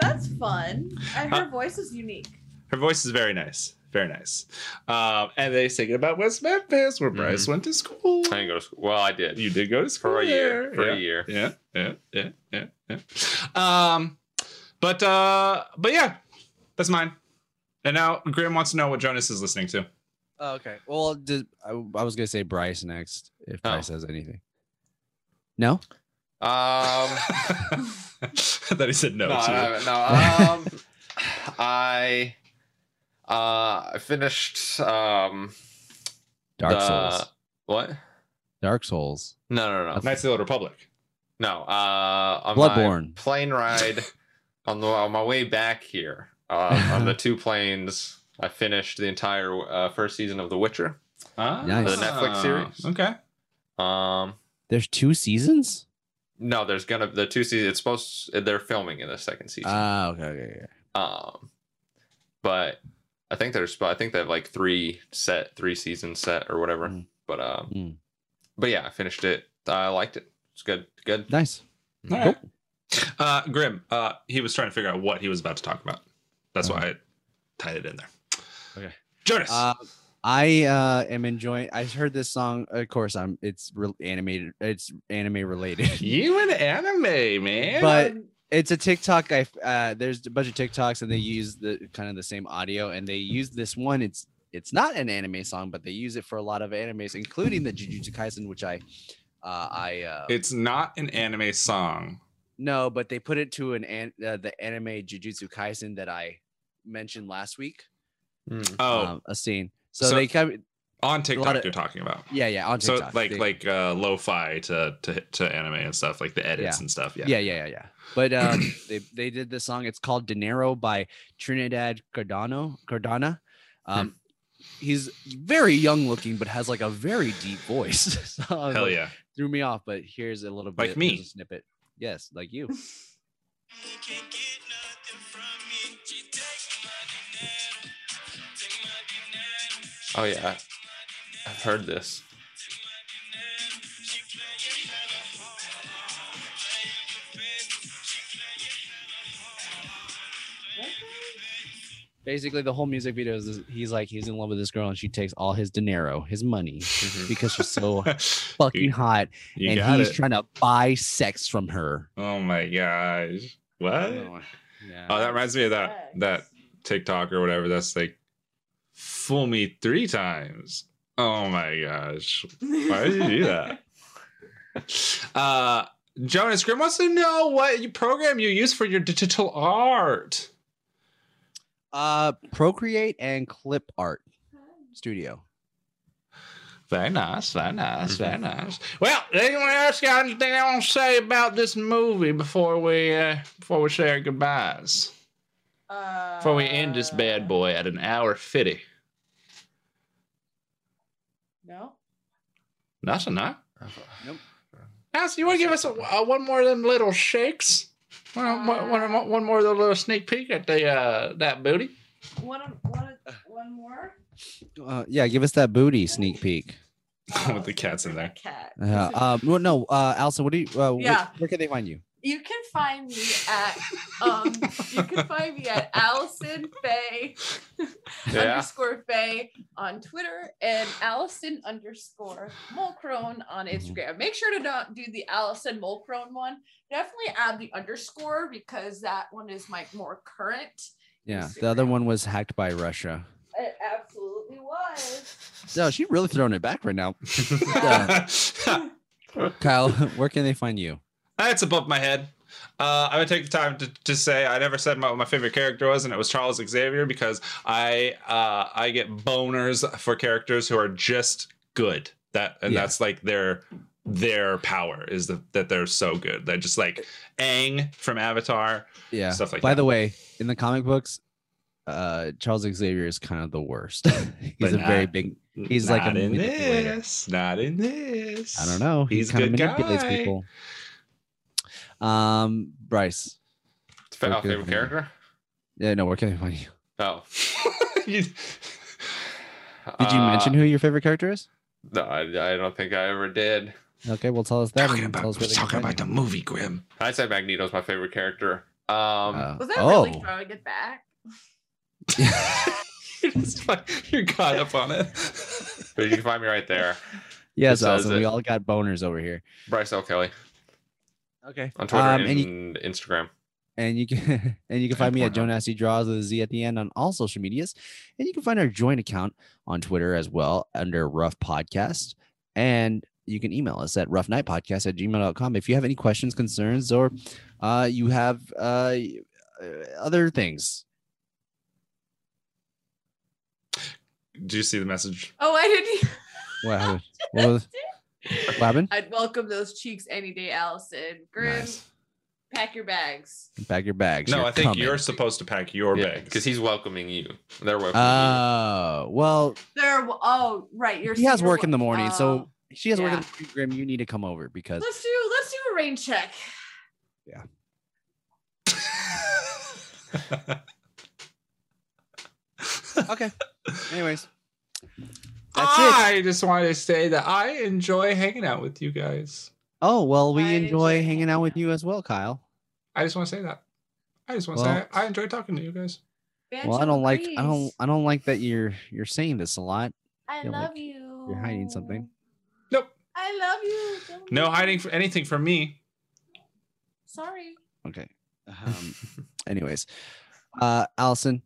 That's fun. I, her voice is unique.
her voice is very nice. Very nice. Um, and they sing about West Memphis,
Mm-hmm.
where Bryce went to school.
I didn't go to school. Well, I did.
You did go to school
For a year.
there.
For
yeah.
a year.
Yeah, yeah, yeah, yeah, yeah. Um, but uh, but yeah, that's mine. And now Graham wants to know what Jonas is listening to.
Oh, okay. Well, did, I, I was gonna say Bryce next if
Oh.
Bryce says anything. No.
Um,
<laughs> that he said no.
no,
to.
no,
<laughs>
no, um, I, uh, I finished, um,
Dark
the-
Souls.
What?
Dark Souls.
No, no, no,
Knights of the Old Republic.
no. Uh, on my
Bloodborne.
plane <laughs> ride on the on my way back here uh,
<laughs>
on the two planes. I finished the entire uh, first season of The Witcher.
Ah,
Nice.
The Netflix series.
Okay.
Um,
There's two seasons.
no, there's gonna the two seasons. It's supposed they're filming in the second season.
Ah, okay, okay, okay. Ah.
Um, but I think there's, but I think they have like three set, three season set or whatever.
Mm.
But um,
Mm.
but yeah, I finished it. I liked it. It's good. Good.
Nice.
All right. Uh, Grim, uh, he was trying to figure out what he was about to talk about. That's why I tied it in there.
Uh-huh. Okay.
Jonas.
Uh, I uh, am enjoying. I heard this song. Of course, I'm. It's re- animated. It's anime related. <laughs>
you and anime, man.
But it's a TikTok. I uh, there's a bunch of TikToks and they use the kind of the same audio and they use this one. It's it's not an anime song, but they use it for a lot of animes, including the Jujutsu Kaisen, which I uh, I uh,
it's not an anime song.
no, but they put it to an, an uh, the anime Jujutsu Kaisen that I mentioned last week.
Mm.
Oh,
um, a scene. So,
So-
they come.
on
lot
TikTok
of-
you're talking about.
Yeah, yeah. On
So
TikTok,
like
they-
like uh, lo-fi to, to to anime and stuff, like the edits
Yeah.
and stuff. Yeah.
yeah, yeah, yeah, yeah. But um, <coughs> they they did this song. It's called "Dinero" by Trinidad Cardano Cardana.
Hmm.
Um, he's very young looking, but has like a very deep voice. <laughs> so I was
Hell
like,
yeah.
Threw me off, but here's a little bit.
Like
here's
me.
a snippet. Yes, like you.
You can't get nothing from me. She take my dinero. Take my dinero.
Oh yeah, I, I've
<laughs>
heard this.
She playing hella hard. Playing for business. She playing hella
Uh,
Basically, the whole music video is this- he's like he's in love with this girl, and she takes all his dinero, his money, because she's so fucking
Mm-hmm. <laughs> You-
hot,
you
and
got
he's
it.
trying to buy sex from her.
oh my gosh. What?
Yeah.
Oh, that reminds me of that that TikTok or whatever. That's like, fool me three times. Oh my gosh, why did you do
<laughs>
<laughs>
that? Uh, Jonas Grimm wants to know what you program you use for your digital art.
Uh, Procreate and Clip Art Studio.
Very nice, very nice, very nice. Well, anyone else got anything they want to say about this movie before we uh, before we say our goodbyes?
Uh,
Before we end this bad boy at an hour fifty.
No.
Nothing, huh?
Nope.
Alice, you want to give us a, a- one more of them little shakes? One, one- one- one- one more of the little sneak peek at the uh, that booty. <laughs>
One, one, one more.
Uh, yeah, give us that booty sneak peek.
With the cats in there.
Oh, <laughs> Cat.
Uh, uh, well, no, uh, Allison, what do you? Uh, wh-
Yeah.
where can they find you?
You can find me at um you can find me at Allison Faye
Yeah.
underscore Faye on Twitter and Allison underscore Mulcrone on
Mm-hmm.
Instagram. Make sure to not do the Allison Mulcrone one. Definitely add the underscore because that one is my more current.
Yeah, the
Instagram.
other one was hacked by Russia.
It absolutely was.
So she really throwing it back right
<laughs>
now. Yeah. Kyle, <laughs> where can they find you?
That's above my head. Uh, I would take the time to, to say I never said my, what my favorite character was, and it was Charles Xavier because I uh, I get boners for characters who are just good. That and
Yeah.
that's like their their power is the, that they're so good. They're just like Aang from Avatar.
Yeah.
Stuff like
By
that.
the way, in the comic books, uh, Charles Xavier is kind of the worst. <laughs> he's
But
a very
not-
big. He's like
not
a
in
manipulator.
this, not in this.
I don't know. He
He's a
kinda
good
manipulates
guy.
people. Um, Bryce.
Fa- oh,
Okay,
favorite
okay.
character?
Yeah, no, where can they find you?
Oh.
<laughs> You-
Did you
Uh,
mention who your favorite character is?
Uh, No, I, I don't think I ever did.
Okay, well tell us that.
talking
and tell
about,
us where they can
talking
find
about the
you.
movie, <laughs> Grim.
I'd say Magneto's my favorite character. Um,
Uh,
Was that
oh,
really throwing it back?
you just like, you caught up on it.
<laughs>
but you can find me
<laughs>
right there,
Yes,
It says
Allison, we
it.
all got boners over here.
Bryce L. Kelly
Okay.
on Twitter
Um,
and,
and
Instagram.
and you can <laughs> and you can find me at Jonas E Draws with a Z at the end on all social medias, and you can find our joint account on Twitter as well under Rough Podcast, and you can email us at roughnightpodcast at gmail.com if you have any questions, concerns, or uh, you have uh, uh, other things.
Do you see the message?
Oh, I didn't.
What happened? What was- <laughs> what happened?
<laughs> I'd welcome those cheeks any day, Allison. Grim, pack your bags.
Pack your bags.
No,
you're
I think
coming.
you're supposed to pack your
Yeah,
bags.
<laughs>
because he's welcoming you. They're welcoming
Oh well,
There. Oh, right. You're.
he has
you're-
work in the morning, so
oh.
she has work. In
yeah.
the morning, Grim, you need to come over because
let's do let's do a rain check.
<laughs> okay. Anyways, that's it.
I just wanted to say that I enjoy hanging out with you guys.
Oh well, we
I
enjoy
enjoy
hanging
hanging
out with you as well, Kyle.
I just want to say that. I just want to
Well-
say I, I enjoy talking to you guys.
Well, I
Banjo
don't like I don't
Breeze.
I don't like that you're you're saying this a lot.
I
feel like
love you.
you're hiding something.
Nope.
I love you. Don't
no
leave me.
hiding for anything from me.
Sorry.
Okay. <laughs> Um, anyways, uh, Allison,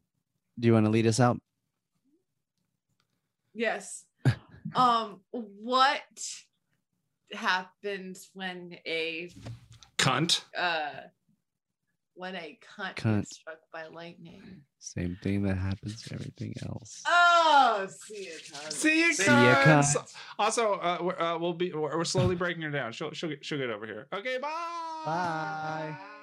do you want to lead us out? <laughs>
Yes. um, what happens when a
Cunt.
uh when a cunt,
Cunt.
is struck by lightning?
Same thing that happens to everything else.
Oh, see it. huh?
See you,
See ya,
guys. Also, uh, we're, uh, we'll be we're, we're slowly breaking her down. She'll she'll get, she'll get over here. Okay, bye.
Bye.